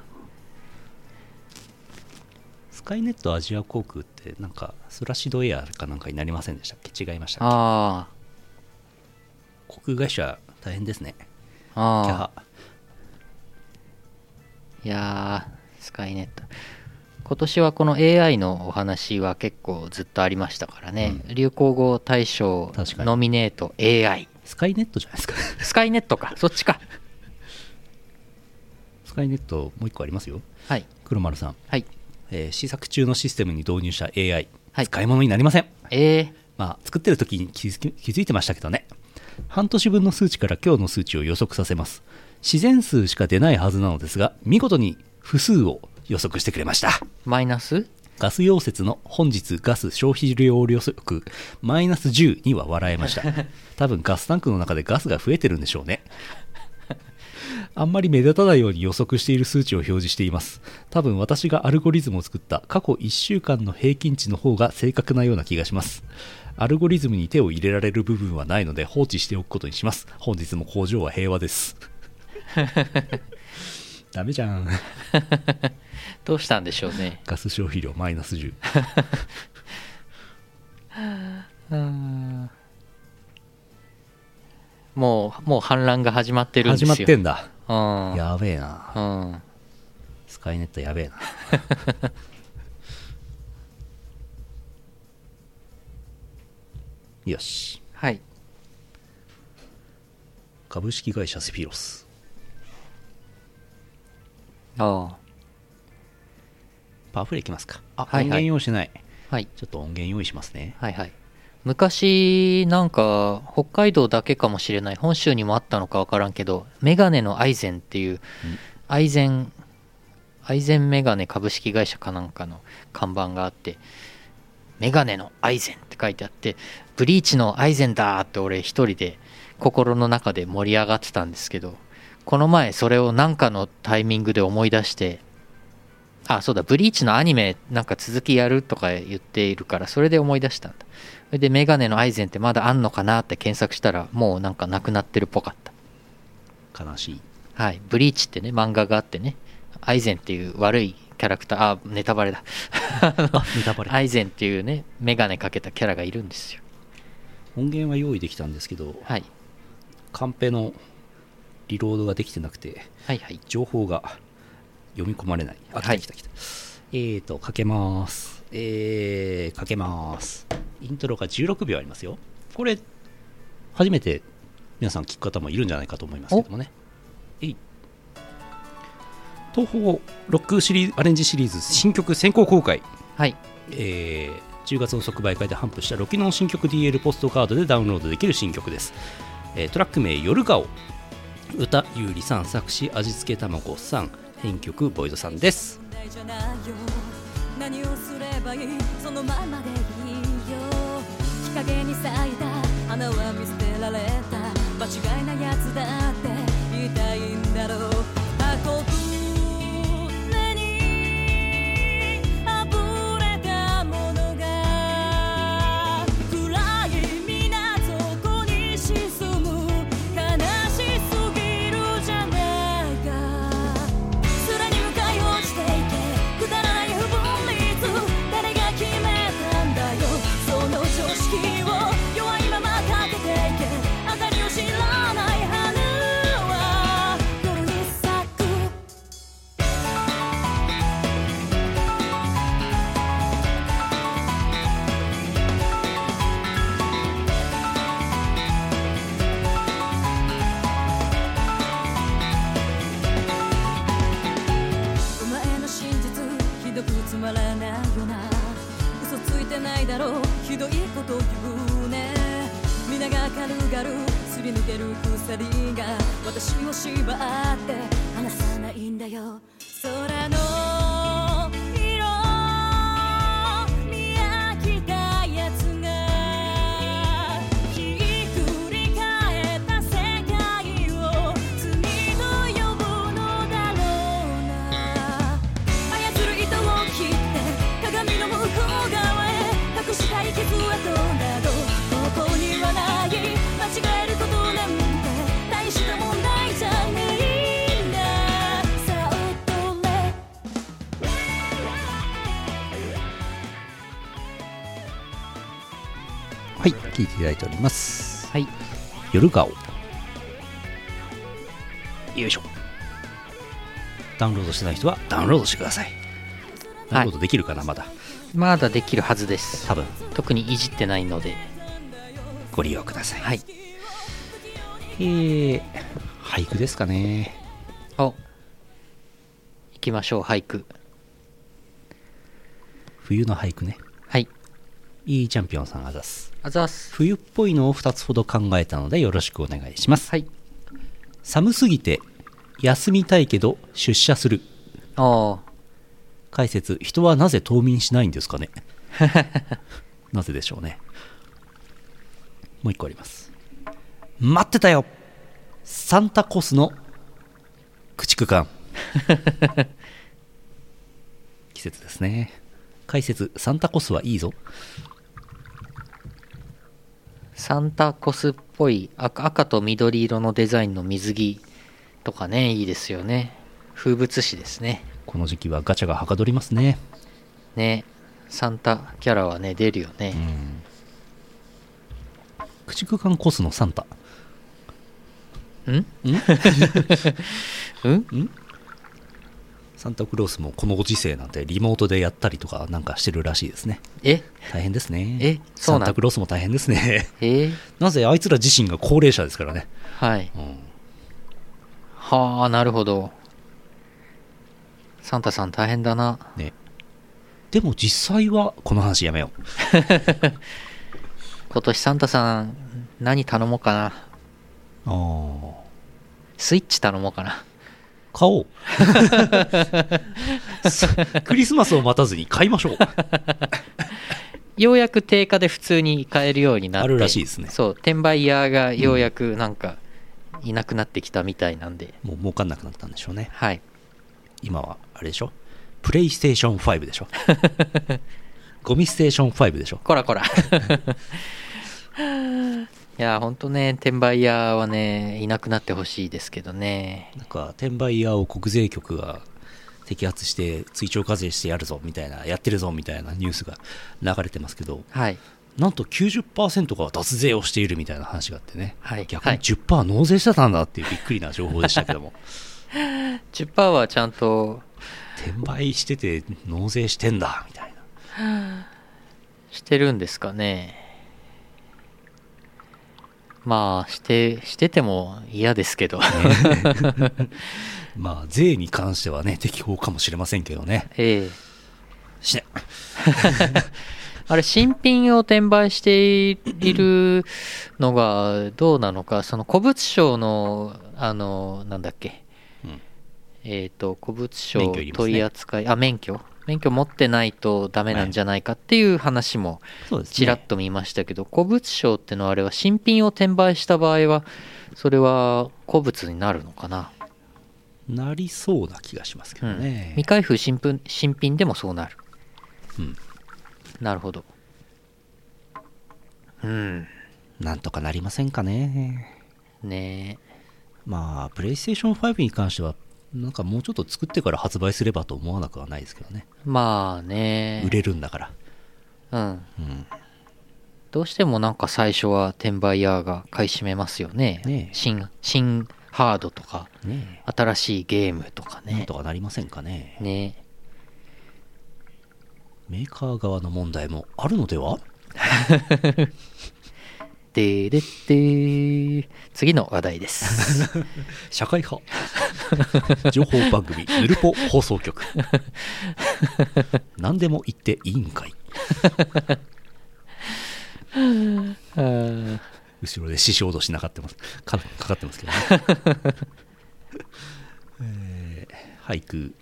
スカイネットアジア航空ってなんかスラシドエアかなんかになりませんでしたっけ違いましたっけ
あ
航空会社大変ですね
ああ
キャ
あ
ハ
いやー、スカイネット。今年はこの AI のお話は結構ずっとありましたからね。流行語大賞
確かに
ノミネート AI。
スカイネットじゃないですか
スカイネットか、そっちか。
スカイネットもう一個ありますよ
はい。
黒丸さん、
はい。
えー試作中のシステムに導入した AI、
はい
使い物になりません
え
まあ、作ってる時に気づき気づいてましたけどね。半年分の数値から今日の数値を予測させます。自然数しか出ないはずなのですが、見事に負数を予測してくれました。
ー、マイナス
ガス溶接の本日ガス消費量予測マイナス10 には笑えました多分ガスタンクの中でガスが増えてるんでしょうねあんまり目立たないように予測している数値を表示しています多分私がアルゴリズムを作った過去1週間の平均値の方が正確なような気がしますアルゴリズムに手を入れられる部分はないので放置しておくことにします本日も工場は平和です ダメじゃん
どうしたんでしょうね
ガス消費量マイナス10
うんもうもう反乱が始まってるんです
始
よ
まってんだ
うん
やべえな
うん
スカイネットやべえな よし
はい
株式会社セフィロス
あ
パワフルいきますかあ、
はいはい
音源用意してない
あはい
ちょっと音源用意しますね
はいはい昔なんか北海道だけかもしれない本州にもあったのか分からんけどメガネのアイゼンっていうアイゼンアイゼンメガネ株式会社かなんかの看板があってメガネのアイゼンって書いてあってブリーチのアイゼンだーって俺一人で心の中で盛り上がってたんですけどこの前それをなんかのタイミングで思い出してあそうだブリーチのアニメなんか続きやるとか言っているからそれで思い出したんだそれでメガネのアイゼンってまだあんのかなって検索したらもうなんかなくなってるっぽかった
悲しい
はい、ブリーチってね、漫画があってね、アイゼンっていう悪いキャラクター、あ、ネタバレだ。
ネタバレ
アイゼンっていうね、メガネかけたキャラがいるんですよ。
音源は用意できたんですけど
はい、
カンペのリロードができてなくて
はい、はい。
情報が読み込まれないあ来
は
た
い
来た来た、えーとかけますえー、かけますイントロが16秒ありますよこれ初めて皆さん聞く方もいるんじゃないかと思いますけどもねえい東宝ロックシリーズアレンジシリーズ新曲先行公開
はい、
えー10月の即売会で頒布したロキノン新曲 DL ポストカードでダウンロードできる新曲です、えートラック名「夜顔」歌ゆうりさん作詞味付けたまごさん編曲ボイドさんです
じゃないよ何をすればいいそのままでいいよ日陰に咲いた花は見捨てられた間違いなやつだって言いたいんだろう運ぶ目にあぶれたものが暗い港に沈む悲しすぎるじゃないか空に向かい落ちていけくだらない不分率誰が決めたんだよその常識を弱いままかけていけあたりを知らない花は夜に咲くお前の真実ひどくつまらないよな嘘ついてないだろうひどいこと言うね皆が軽々すり抜ける鎖が私を縛って離さないんだよ空の色見飽きたやつがひっくり返った世界を罪と呼ぶのだろうな操る糸を切って鏡の向こう側へ隠したい傷跡などここにはない間違えることなんて大した問題じゃねえんださあ踊れ
はい聞いていただいております
はい、
夜顔よいしょダウンロードしてない人はダウンロードしてくださいダウンロードできるかな、まだ
まだできるはずです
多。分
特にいじってないので、
ご利用ください
はい。
えー、俳句ですかね
お、行きましょう、俳句。
冬の俳句ね
はい、
いいチャンピオンさんあざす
あざっす。
冬っぽいのを2つほど考えたのでよろしくお願いします、
はい。
寒すぎて休みたいけど出社する
あ
解説人はなぜ冬眠しないんですかねなぜでしょうねもう一個あります待ってたよサンタコスの駆逐艦季節ですね解説サンタコスはいいぞ
サンタコスっぽい赤赤と緑色のデザインの水着とかねいいですよね風物詩ですね
この時期はガチャがはかどりますね
ねサンタキャラはね出るよね、
うん駆逐艦コスのサンタ
ん うん
サンタクロースもこのご時世なんてリモートでやったりとかなんかしてるらしいですね
え
大変ですね
えそう
サ
な
ン
の
タクロースも大変ですね
え
なぜあいつら自身が高齢者ですからね、
はい
うん、
はあなるほどサンタさん大変だな
ねでも実際はこの話やめよう
今年サンタさん何頼もうかな
あ
スイッチ頼もうかな
あ買おう そクリスマスを待たずに買いましょう
ようやく定価で普通に買えるようになって
あるらしいですね
そう転売ヤーがようやくなんかいなくなってきたみたいなんで、
もう儲かんなくなったんでしょうね
はい
今はあれでしょプレイステーション5でしょ ゴミステーション5でしょ
こらこら いやほんとね転売ヤーはねいなくなってほしいですけどね
なんか転売屋を国税局が摘発して追徴課税してやるぞみたいなやってるぞみたいなニュースが流れてますけど
はい
なんと90%が脱税をしているみたいな話があってね、
はい
逆
は
に
い
10%納税してたんだっていうびっくりな情報でしたけども
10%はちゃんと
転売してて納税してんだみたいな
してるんですかねまあしてしてても嫌です けど
まあ税に関してはね適法かもしれませんけどね
ええ
しね
あれ新品を転売しているのがどうなのかその古物商のあのなんだっけ、
うん
えっ、と古物
免
商
許いりますね
取り扱い、あ免許免許持ってないとダメなんじゃないかっていう話も
そうですね
ちらっと見ましたけど、古物商ってのはあれは新品を転売した場合はそれは古物になるのかな、
なりそうな気がしますけ
う
ど
ん
ね、
未開封新品新品でもそうなる
うん
なるほどうん
なんとかなりませんかね
ねえ
まあ、プレイステーション5に関しては、なんかもうちょっと作ってから発売すればと思わなくはないですけどね。
まあね
売れるんだから。
うん
うん。
どうしてもなんか最初は転売ヤーが買い占めますよね
ねえ
新新ハードとか
ね
新しいゲームとか
え。なん
ね
とかなりませんかね。
ねえ
メーカー側の問題もあるのでは
ででで次の話題です
社会派。情報番組、ぬるぽ放送局。何でも言っていいんかい。
うん
後ろで師匠脅しなかってますかかかってますけどね、 えー俳句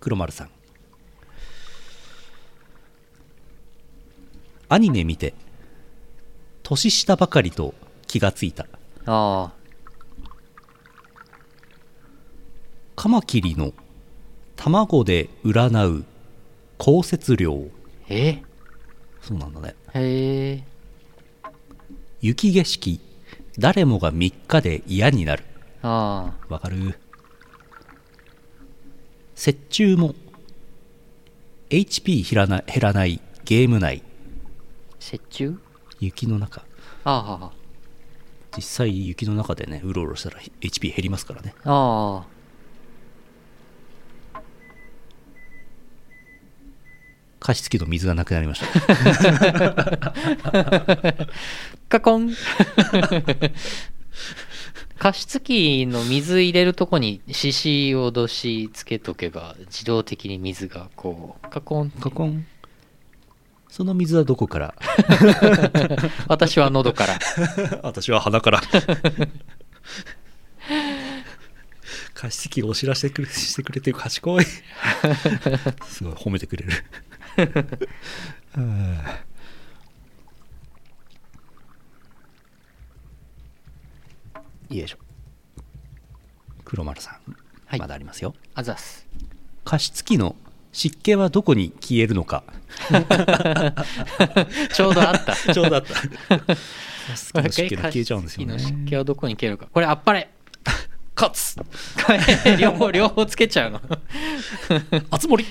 黒丸さんアニメ見て年下ばかりと気がついた
ああ
カマキリの卵で占う降雪量
え
そうなんだね
へえ
雪景色誰もが3日で嫌になる
あ
わかる折衷も HP 減らない減らないゲーム内
あ折衷
雪の中
ああはは
実際雪の中でねうろうろしたら HP 減りますからね
ああ
加湿器の水がなくなりました
カコン 加湿器の水入れるとこに獅子をどしつけとけば自動的に水がこうカコン
ココンその水はどこから
私は喉から
私は鼻から加湿器をお知らせくれしてくれて賢いすごい褒めてくれるうんよいしょ黒丸さん、
はい
まだありますよ
あざっす
加湿器の湿気はどこに消えるのか
ちょうどあ った
ちょうどあった 加湿器の湿気が消えちゃうんで すよ
加湿器の湿
ね
気はどこに消えるかこれあっぱれカツ 両方両方つけちゃうの
あつ森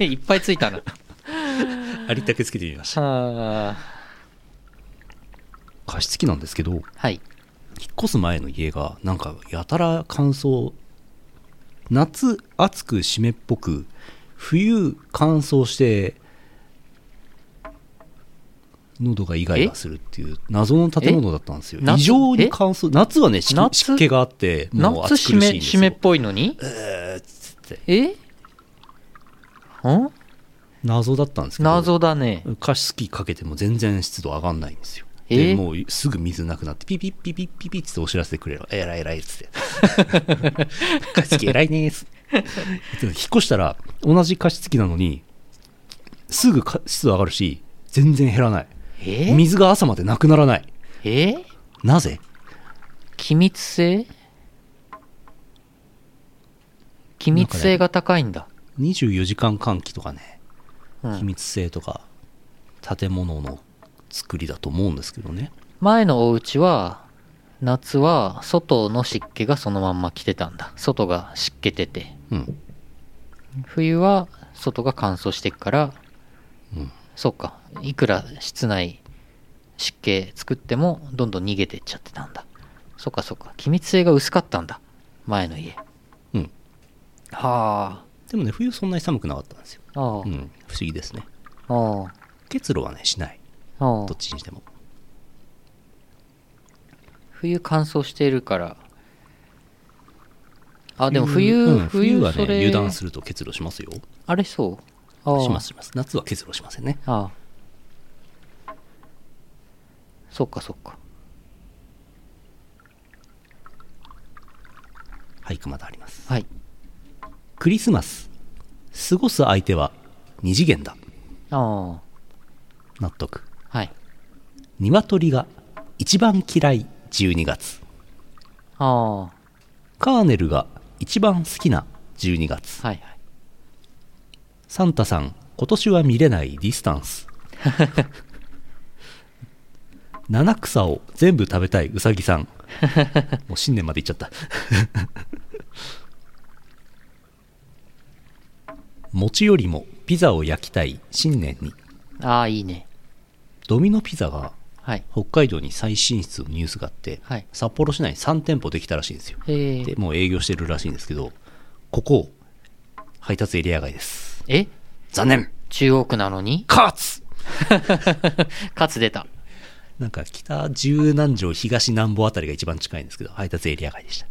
いっぱいついたな
ありったけつけてみました
はあ
加湿器なんですけど
はい
引っ越す前の家がなんかやたら乾燥夏暑く湿っぽく冬乾燥して喉がイガイガするっていう謎の建物だったんですよ
え夏
異常に乾燥夏はね湿
夏
湿気があってもう
夏
暑
湿
苦しい
め
んです
湿めっ
よ
ぽいのに
えーっつって
えん
謎だったんですけど
謎だね
加湿器かけても全然湿度上がんないんですよ
え
で
ー
もうすぐ水なくなってピピッピピッピピッつってお知らせてくれるえらいえらいっつって加湿器えらいねーっつって引っ越したら同じ加湿器なのにすぐか湿度上がるし全然減らない
え
水が朝までなくならない
え
なぜ
気密性気密性が高いんだ
24時間換気とかね
うん
気密性とか建物の作りだと思うんですけどね
前のお家は夏は外の湿気がそのまんま来てたんだ外が湿気てて
うん
冬は外が乾燥してくから、
うん
そうかいくら室内湿気作ってもどんどん逃げてっちゃってたんだそうかそうか気密性が薄かったんだ前の家
うん
は
でもね冬そんなに寒くなかったんですよ、
あああ
うん、不思議ですね
あ
結露はねしない
ああ
どっちにしても
冬乾燥しているからあでも
う
冬
ん冬は
それ
ね油断すると結露しますよ
あれそうああ
しますします夏は結露しませんね
ああそうかそうか
俳句まだあります
はい
クリスマス過ごす相手は二次元だ
あ
納得
あはい
鶏が一番嫌い12月
あ
カーネルが一番好きな12月
あはいはい
サンタさん今年は見れないディスタンス 七草を全部食べたいうさぎ さんもう新年までいっちゃった 餅よりもピザを焼きたい新年に
ああいいね
ドミノピザが
はい
北海道に再進出のニュースがあって、
はい
札幌市内に3店舗できたらしいんですよ
え
で
ー、
もう営業してるらしいんですけどここ配達エリア外です
え
残念
中央区なのに
カーツ
かつ出た
なんか北十何条東南房あたりが一番近いんですけど配達エリア外でした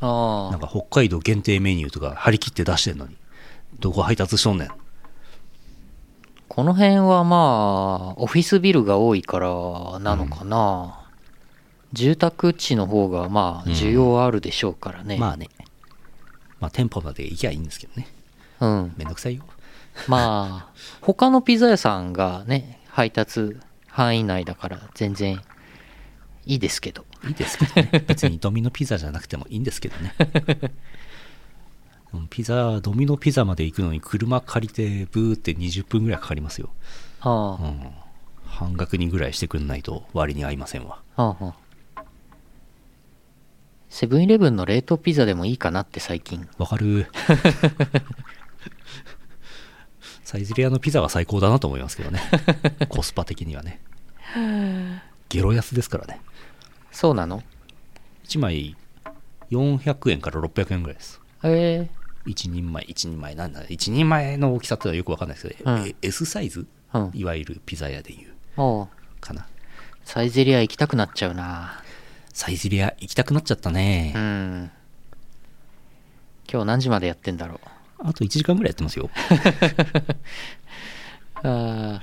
あ
な
あ
んか北海道限定メニューとか張り切って出してんのにどこ配達しとんねん
この辺はまあオフィスビルが多いからなのかな、住宅地の方がまあ
うん
需要はあるでしょうからね、
まあねまあ店舗まで行きゃいいんですけどね
うん
めんどくさいよ
まあ、他のピザ屋さんがね、配達範囲内だから全然いいですけど。
いいですけどね別にドミノピザじゃなくてもいいんですけどねうんピザドミノピザまで行くのに車借りてブーって20分ぐらいかかりますよ、
あ
う
あ、
ん、半額にぐらいしてくんないと割に合いませんわ
ああ、セブンイレブンの冷凍ピザでもいいかなって最近。
わ かるサイゼリアのピザは最高だなと思いますけどねコスパ的にはねゲロ安ですからね
そうなの
1枚400円から600円ぐらいです
え
1人前1人前なんだ1人前の大きさってのはよくわかんないですけど、
うん
え S サイズ
えうん。
いわゆるピザ屋でいう
おう
かな
サイゼリア行きたくなっちゃうな。
サイゼリア行きたくなっちゃったね
う、ん。今日何時までやってんだろう。
あと1時間ぐらいやってますよ
ああ、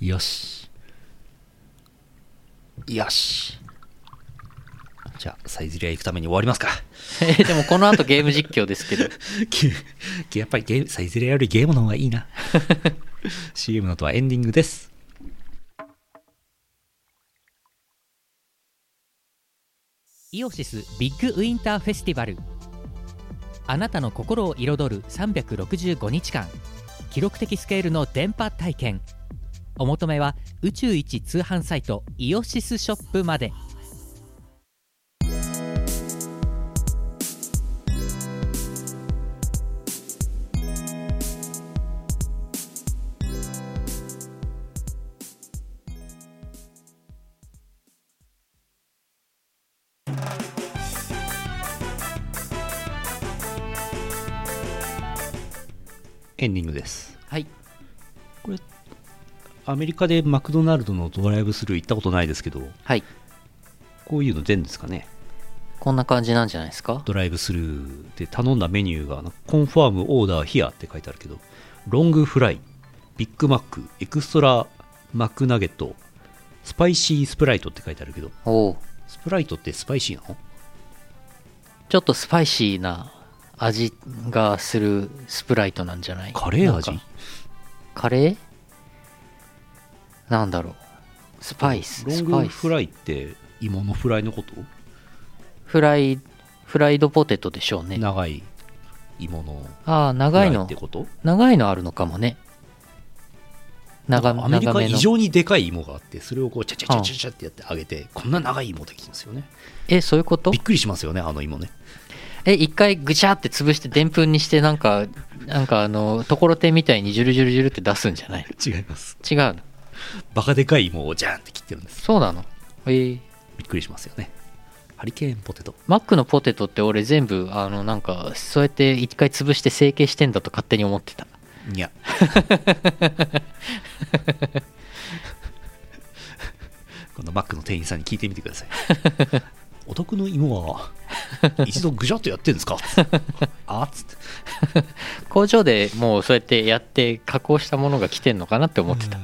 よしよしじゃあサイゼリア行くために終わりますか
えでもこの後ゲーム実況です けど。
きやっぱりゲーサイゼリアよりゲームの方がいいな CM の後はエンディングです
イオシスビッグウィンターフェスティバルあなたの心を彩る365日間記録的スケールの電波体験お求めは宇宙一通販サイトイオシスショップまで
エンディングです
はい
アメリカでマクドナルドのドライブスルー行ったことないですけど
はい
こういうの出るんですかね
こんな感じなんじゃないですか
ドライブスルーで頼んだメニューがあのコンファームオーダーヒアって書いてあるけどロングフライビッグマックエクストラマックナゲットスパイシースプライトって書いてあるけど
おお
スプライトってスパイシーなの
ちょっとスパイシーな味がするスプライトなんじゃない
カレー味
なんかカレーなんだろうスパイスス
ロ
パ
ング
イス
フライって芋のフライのこと
フライフライドポテトでしょうね
長い芋の
ああ
フラ
長い
イ
の
ってこと
長いのあるのかもね長
アメリ
長
カ
め
異
の
常にでかい芋があってそれをこうチャチャチャチャチャってやってあげてこんな長い芋できるんですよね
えそういうこと
びっくりしますよねあの芋ね
え一回ぐちゃって潰してでんぷんにしてなんかなんかあのところてんみたいにジュルジュルジュルって出すんじゃない
違います
違うの
バカでかい芋をジャーンって切ってるんです
そうなのえー
びっくりしますよねハリケーンポテト
マックのポテトって俺全部あのなんかそうやって一回潰して成形してんだと勝手に思ってた
にゃこのマックの店員さんに聞いてみてくださいお得の芋は一度ぐじゃっとやってるんですかあっつって
工場でもうそうやってやって加工したものが来てんのかなって思ってた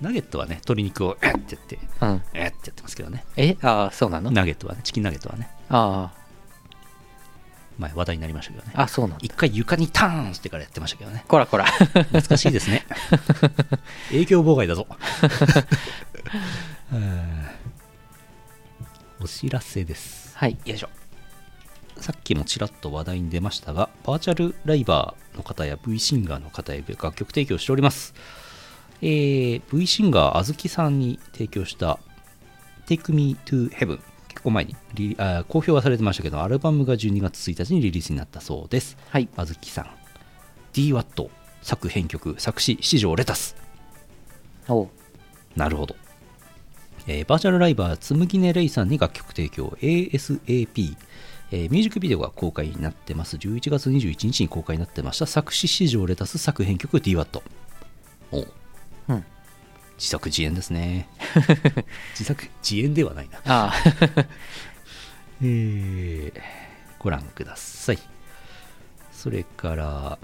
ナゲットはね鶏肉をえっってやって
うん
えっってやってますけどね
えああそうなの
ナゲットはねチキンナゲットはね
あ
前話題になりましたけどね
ああそうなの
一回床にターンしてからやってましたけどね
こらこら
懐かしいですね影響妨害だぞ うんお知らせです
はい
よいしょさっきもちらっと話題に出ましたがバーチャルライバーの方や V シンガーの方へ楽曲提供しております、えー V シンガーあずきさんに提供した Take Me to Heaven 結構前にリリあー公表はされてましたけどアルバムが12月1日にリリースになったそうです
はい
あずきさん DWAT 作編曲作詞七条レタス
おう
なるほど、えーバーチャルライバー紬根レイさんに楽曲提供 ASAP、えーミュージックビデオが公開になってます11月21日に公開になってました作詞史上レタス作編曲 DWAT おう
うん
自作自演ですね自作自演ではないな
あ
えーご覧くださいそれから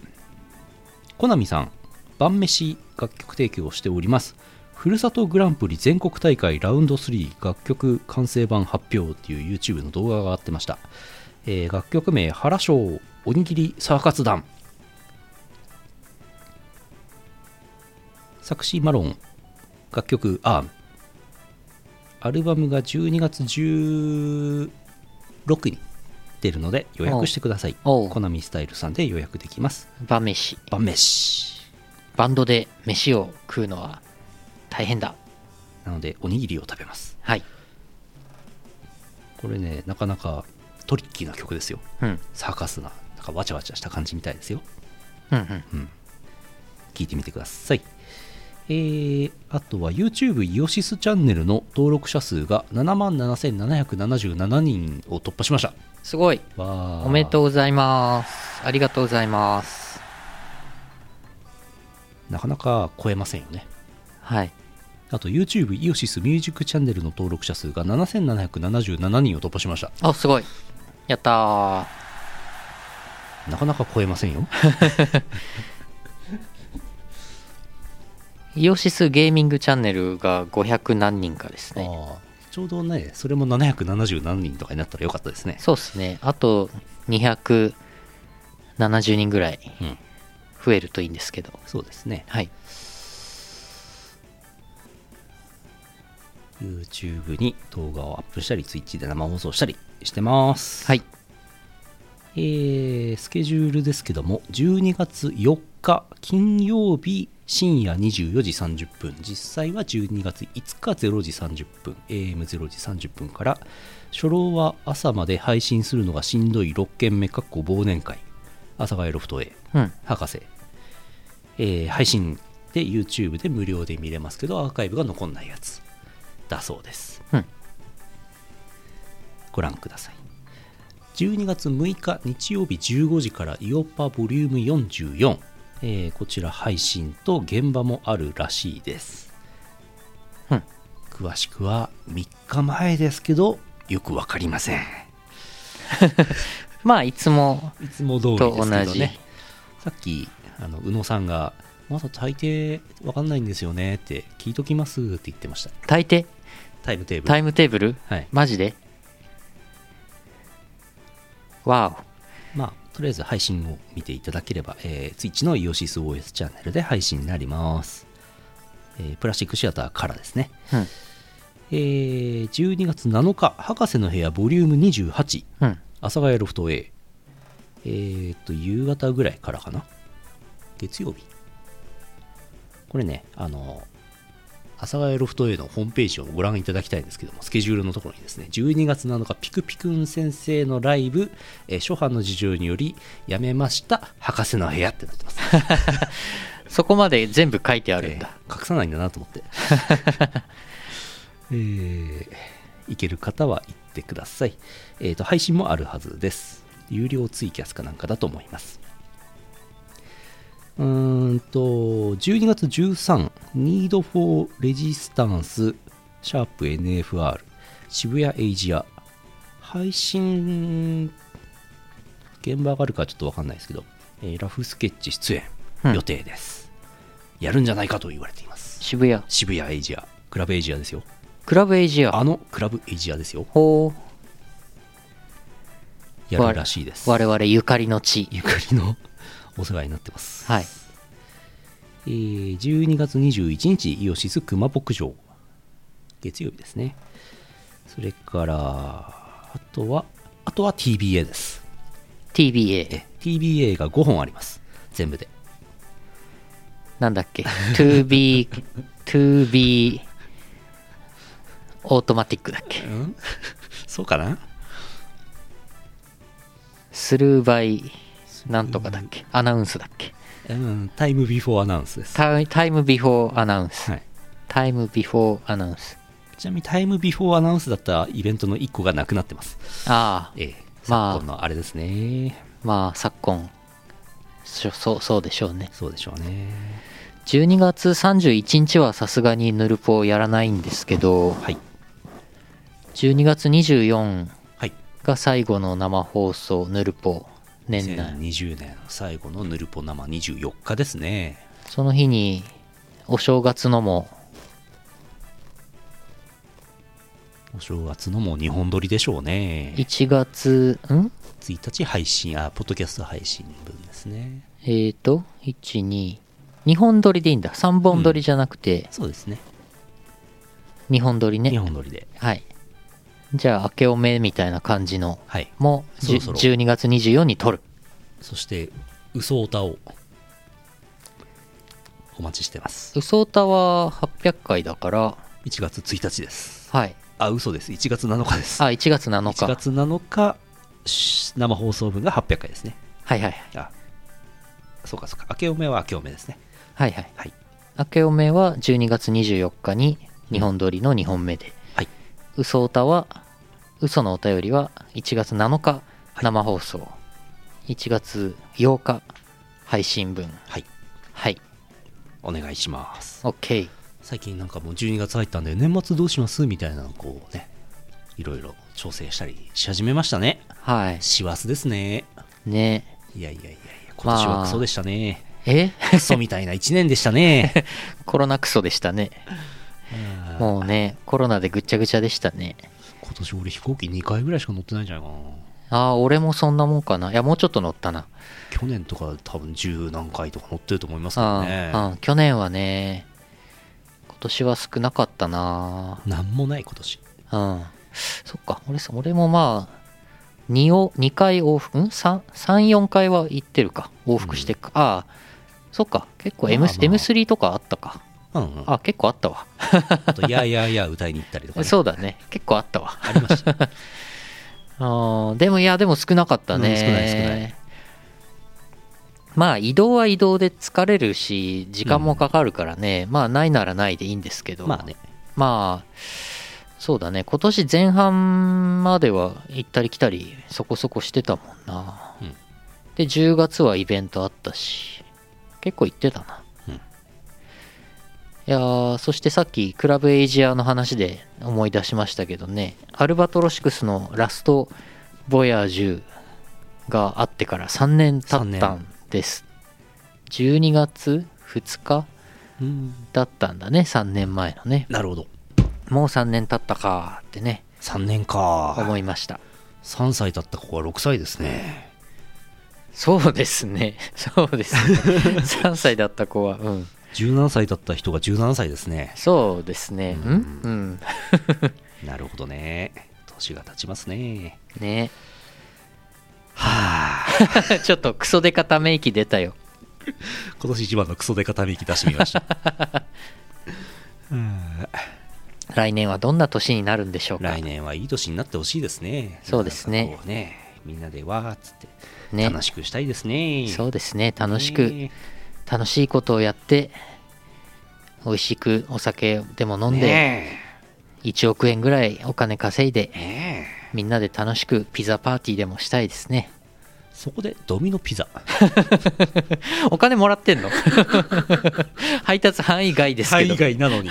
コナミさん晩飯楽曲提供をしておりますふるさとグランプリ全国大会ラウンド3楽曲完成版発表っていう YouTube の動画が上がってました、えー楽曲名原章おにぎりサーカツ団作詞マロン楽曲アームアルバムが12月16に出るので予約してください
おうおう
コナミスタイルさんで予約できます
あ 晩飯
晩飯
バンドで飯を食うのは大変だ
なのでおにぎりを食べます
はい
これねなかなかトリッキーな曲ですよ
うん
サーカスななんかわちゃわちゃした感じみたいですよ
うんうん
聞いてみてくださいえー、あとは YouTube イオシスチャンネルの登録者数が7万7777人を突破しました
すごい
わー
おめでとうございますありがとうございます
なかなか超えませんよね
はい
あと YouTube イオシスミュージックチャンネルの登録者数が7777人を突破しました
あすごいやったー
なかなか超えませんよ
イオシスゲーミングチャンネルが500何人かですね。
あーちょうどねそれも777人とかになったらよかったですね
そうですね。あと270人ぐらい
うん
増えるといいんですけど。
そうですね
はい。
YouTube に動画をアップしたり Twitch で生放送したりしてます
はい。
えースケジュールですけども12月4日金曜日深夜24時30分実際は12月5日0時30分 AM0 時30分から初老は朝まで配信するのがしんどい6件目かっこ忘年会阿佐ヶ谷ロフト A
うん
博士、えー配信で YouTube で無料で見れますけどアーカイブが残んないやつだそうです、
うん
ご覧ください12月6日日曜日15時からイオパボリューム44、えーこちら配信と現場もあるらしいです、
うん
詳しくは3日前ですけどよくわかりません
まあいつも
いつも通りですけど
と同じ
ね。さっき、あの、宇野さんが、まだ大抵わかんないんですよねって、聞いときますって言ってました。
大抵
タイムテーブ
タ
ル。
イムテーブル
はい。
マジでわ
まあ、とりあえず配信を見ていただければ、えー、Twitch のイオシス OS チャンネルで配信になります。えープラスチックシアターからですね。
おうん
えー、12月7日、博士の部屋ボリューム28。
うん
阿佐ヶ谷ロフト A えーっと夕方ぐらいからかな月曜日これねあの阿佐ヶ谷ロフト A のホームページをご覧いただきたいんですけどもスケジュールのところにですね12月7日ピクピクン先生のライブ、えー初版の事情によりやめました博士の部屋ってなってます
そこまで全部書いてあるんだ、
えー隠さないんだなと思って えー行ける方は行ってくださいえっ、と配信もあるはずです有料ツイキャスかなんかだと思いますうーんと12月13 Need for Resistance シャープ NFR 渋谷エイジア配信現場上がるかちょっとわかんないですけど、えーラフスケッチ出演
うん
予定です、やるんじゃないかと言われています
渋谷
渋谷エイジアクラブエイジアですよ
クラブエイジア
あのクラブエイジアですよ
ほ
やるらしいです
う我々ゆかりの地
ゆかりの お世話になってます、
はい
えー12月21日イオシス熊牧場月曜日ですねそれからあとはあとは TBA です
TBA
え TBA が5本あります全部で
なんだっけ 2B 2B オートマティックだっけ
ん そうかな
スルーバイなんとかだっけアナウンスだっけ
うんタイムビフォーアナウンスです、
タイタイムビフォーアナウンス
はい、
タイムビフォーアナウンス
ちなみにタイムビフォーアナウンスだったイベントの1個がなくなってます
ああ
ええ
まあ
昨今のあれですね
まあ昨今そそうそうでしょうね
そうでしょうね
12月31日はさすがにヌルポをやらないんですけど
はい
12月24
はい
が最後の生放送ヌルポ年内
2020年最後のヌルポ生24日ですね
その日にお正月のも
お正月のもう日本撮りでしょうね
1月ん
1日配信あポッドキャスト配信分ですね
えっ、ー、と122本撮りでいいんだ3本撮りじゃなくて
そうですね
2本撮りね、
日本撮りで
はいじゃあ明けおめみたいな感じの
はい
もうじゅ
そろそろ
12月24に撮る
そして嘘歌をお待ちしてます
嘘歌は800回だから
1月1日です
はい
あ嘘です1月7日です
あ1月7日
1月7日し生放送分が800回ですね
はいはいはい
あそうかそうか明けおめは明けおめですね
はいはい、
はい
明けおめは12月24日に日本撮りの2本目で、
はい
嘘歌は嘘のお便りは1月7日生放送、1月8日配信分
はい
はい
お願いします
OK
最近なんかもう12月入ったんで年末どうしますみたいなのをこうねいろいろ調整したりし始めましたね
はい
師走ですね
ね
いやいやいやいや今年はクソでしたね、
え
クソみたいな1年でしたね
コロナクソでしたね
あー
もうねコロナでぐっちゃぐちゃでしたね
今年俺飛行機2回ぐらいしか乗ってないんじゃないかな
ああ俺もそんなもんかないやもうちょっと乗ったな
去年とか多分10何回とか乗ってると思いますからね
あ、うん、去年はね今年は少なかったな
なんもない今年
うんそっか俺そ俺もまあ 2, を2回往復ん34回は行ってるか往復してっか、ああそっか結構 M、
まあまあ
M3 とかあったか
うんうん、あ
あ結構あったわ
と「やーやーやー」歌いに行ったりとか、ね、
そうだね結 構あったわ
ありました
あーでもいやでも少なかったね、
うん少ない少ない
まあ移動は移動で疲れるし時間もかかるからね、まあないならないでいいんですけど
まあね
まあそうだね今年前半までは行ったり来たりそこそこしてたもんな、
うん
で10月はイベントあったし結構行ってたな、
うん
いやーそしてさっきクラブエイジアの話で思い出しましたけどねアルバトロシクスのラストボヤージュがあってから3年経ったんです12月2日
うん
だったんだね3年前のね
なるほど
もう3年経ったかーってね
3年か
思いました
3歳だった子は6歳ですね
そうですね そうですね 3歳だった子はうん
17歳だった人が17歳ですね
そうですね
う
ん
ん
うん
なるほどね年が経ちますね
ね
はあ
ちょっとクソデカため息出たよ
今年一番のクソデカため息出してみました うん
来年はどんな年になるんでしょうか
来年はいい年になってほしいですね
そうですね
なんかこうねみんなでわーっつって
ね
楽しくしたいですね
そううですね楽しく
ね
楽しいことをやって美味しくお酒でも飲んで
ね
1億円ぐらいお金稼いで
えね
みんなで楽しくピザパーティーでもしたいですね
えそこでドミノピザ
お金もらってんの 配達範囲外 ですけ
海
ど
外なの に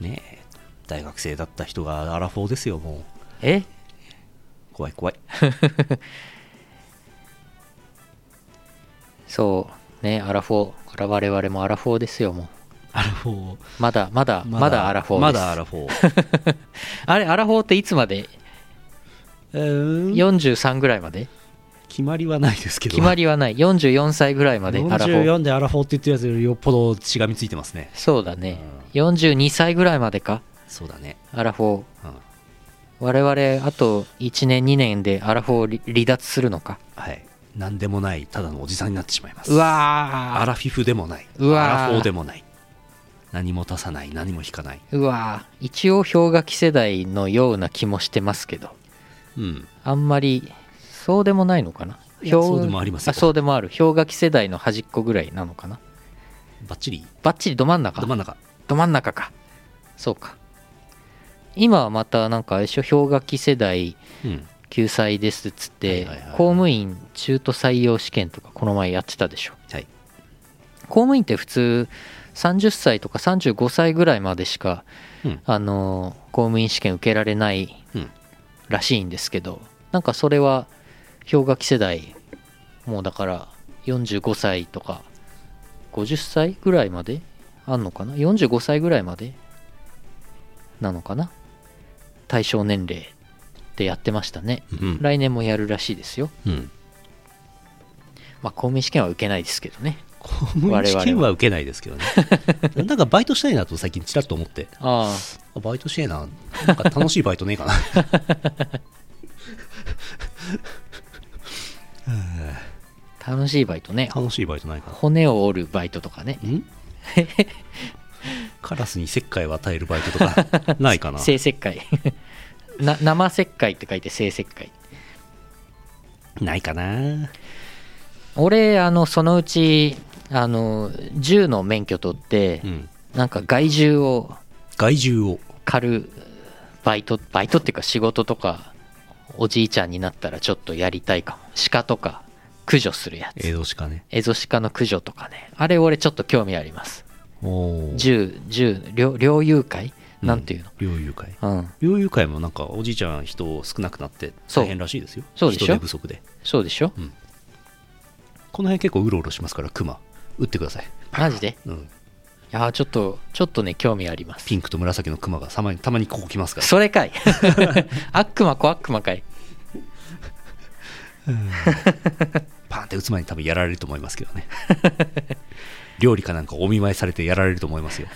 ねえ大学生だった人がアラフォーですよもう
え
怖い怖い
そうねアラフォー我々もアラフォーですよもう
アラフォー
まだまだまだアラフォーです
まだアラフォー
あれアラフォーっていつまで
うーん
43ぐらいまで
決まりはないですけど
決まりはない44歳ぐらいまでアラフォー
44でアラフォーって言ってるやつよりよっぽどしがみついてますね
そうだね42歳ぐらいまでか
そうだね、
アラフォー
うん、
我々あと1年2年でアラフォー離離脱するのか
はい何でもないただのおじさんになってしまいます
うわ
アラフィフでもないア
うわー
ラフォーでもない何も足さない何も引かない
ーうわー一応氷河期世代のような気もしてますけど
うん
あんまりそうでもないのかない
や
氷
そうでもありますよ
あそうでもある氷河期世代の端っこぐらいなのかな
バッチリ
バッチリど真ん中
ど真ん中
ど真ん中かそうか今はまたなんかあれでしょ氷河期世代
うん
救済ですっつって、
はいはいはい
公務員中途採用試験とかこの前やってたでしょ
はい
公務員って普通30歳とか35歳ぐらいまでしか、
うん
あの公務員試験受けられない
うん
らしいんですけどなんかそれは氷河期世代もうだから45歳とか50歳ぐらいまであんのかな45歳ぐらいまでなのかな対象年齢でやってましたね
うん
来年もやるらしいですよ
うん
まあ公務員試験は受けないですけどね
公務員試験は受けないですけどねなんかバイトしたいなと最近ちらっと思って
あ
あバイトしてえな。なんか楽しいバイトねえ かな。
あ楽しいバイトね
楽しいバイトないか
骨を折るバイトとかね
な。ん カラスに石灰を与えるバイトとかないかな。
生石灰 な生石灰って書いて生石灰
ないかな。
俺あのそのうちあの銃の免許取って、
うん。
なんか害獣を
害獣を。
狩るバイトバイトっていうか仕事とかおじいちゃんになったらちょっとやりたいかも鹿とか駆除するや
江
つ
戸鹿ね。
エゾシカの駆除とかねあれ俺ちょっと興味あります
おー
銃銃猟猟友会
うん
なんていうの
猟友会。
うん、
猟友会もなんかおじいちゃん人少なくなって
そう
大変らしいですよ。
そうでしょ
人手不足で。
そうでしょ
この辺結構うろうろしますから、クマ。撃ってください。
マジで
うん。
いやーちょっとちょっとね興味あります
ピンクと紫のクマがたまにたまにここ来ますから。
それかい 悪魔子悪魔かい
パーンって打つ前に多分やられると思いますけどね 料理かなんかお見舞いされてやられると思いますよ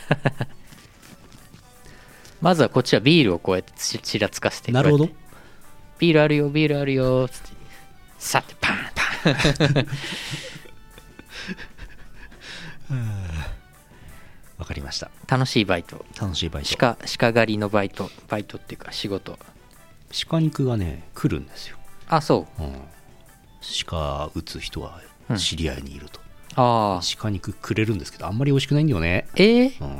まずはこっちはビールをこうやってちちらつかせて
なるほど
こうやってビールあるよビールあるよつってさってパーンパーン
わかりました
楽しいバイト
楽しいバイト
鹿鹿狩りのバイトバイトっていうか仕事
鹿肉がね来るんですよ、
あそう
うん、鹿打つ人は
うん
知り合いにいると、
ああ
鹿肉くれるんですけどあんまり美味しくないんだよね
えー、
うん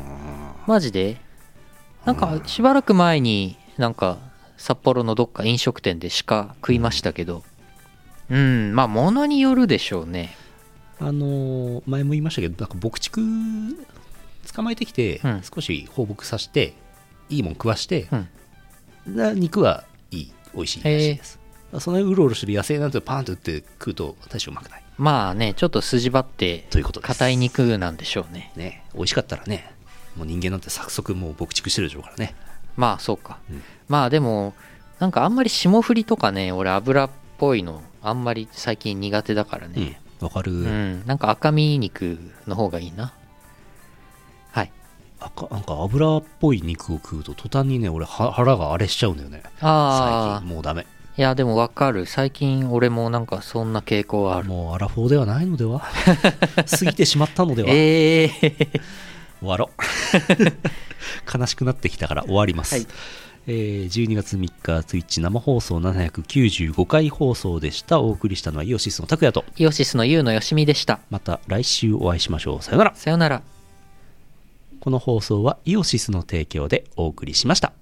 マジでなんかしばらく前になんか札幌のどっか飲食店で鹿食いましたけどうんまあものによるでしょうね
あのー前も言いましたけどなんか牧畜捕まえてきて、
うん
少し放牧させていいもん食わして
う、ん
な肉はいい美味しいらしいです、そのうろうろしてる野生なんてパーンと打って食うと大してうまくない
まあねちょっと筋張って
ということです
硬い肉なんでしょうね
ね美味しかったらねもう人間なんて早速もう牧畜してるでしょうからね
まあそうか、
うん
まあでもなんかあんまり霜降りとかね俺油っぽいのあんまり最近苦手だから
う
ね
んわかる、
うん、なんか赤身肉の方がいいなはい
赤なんか油っぽい肉を食うと途端にね俺は腹が荒れしちゃうんだよね
あ
最
あ
近もうダメ
いやでもわかる最近俺もなんかそんな傾向はある
もうアラフォーではないの では過ぎてしまったのでは、
ええ
終わろ う悲しくなってきたから終わります、
はい
えー12月3日ツイッチ生放送795回放送でしたお送りしたのはイオシスの拓也と
イオシスのユウのよしみでした
また来週お会いしましょうさよなら
さよなら
この放送はイオシスの提供でお送りしました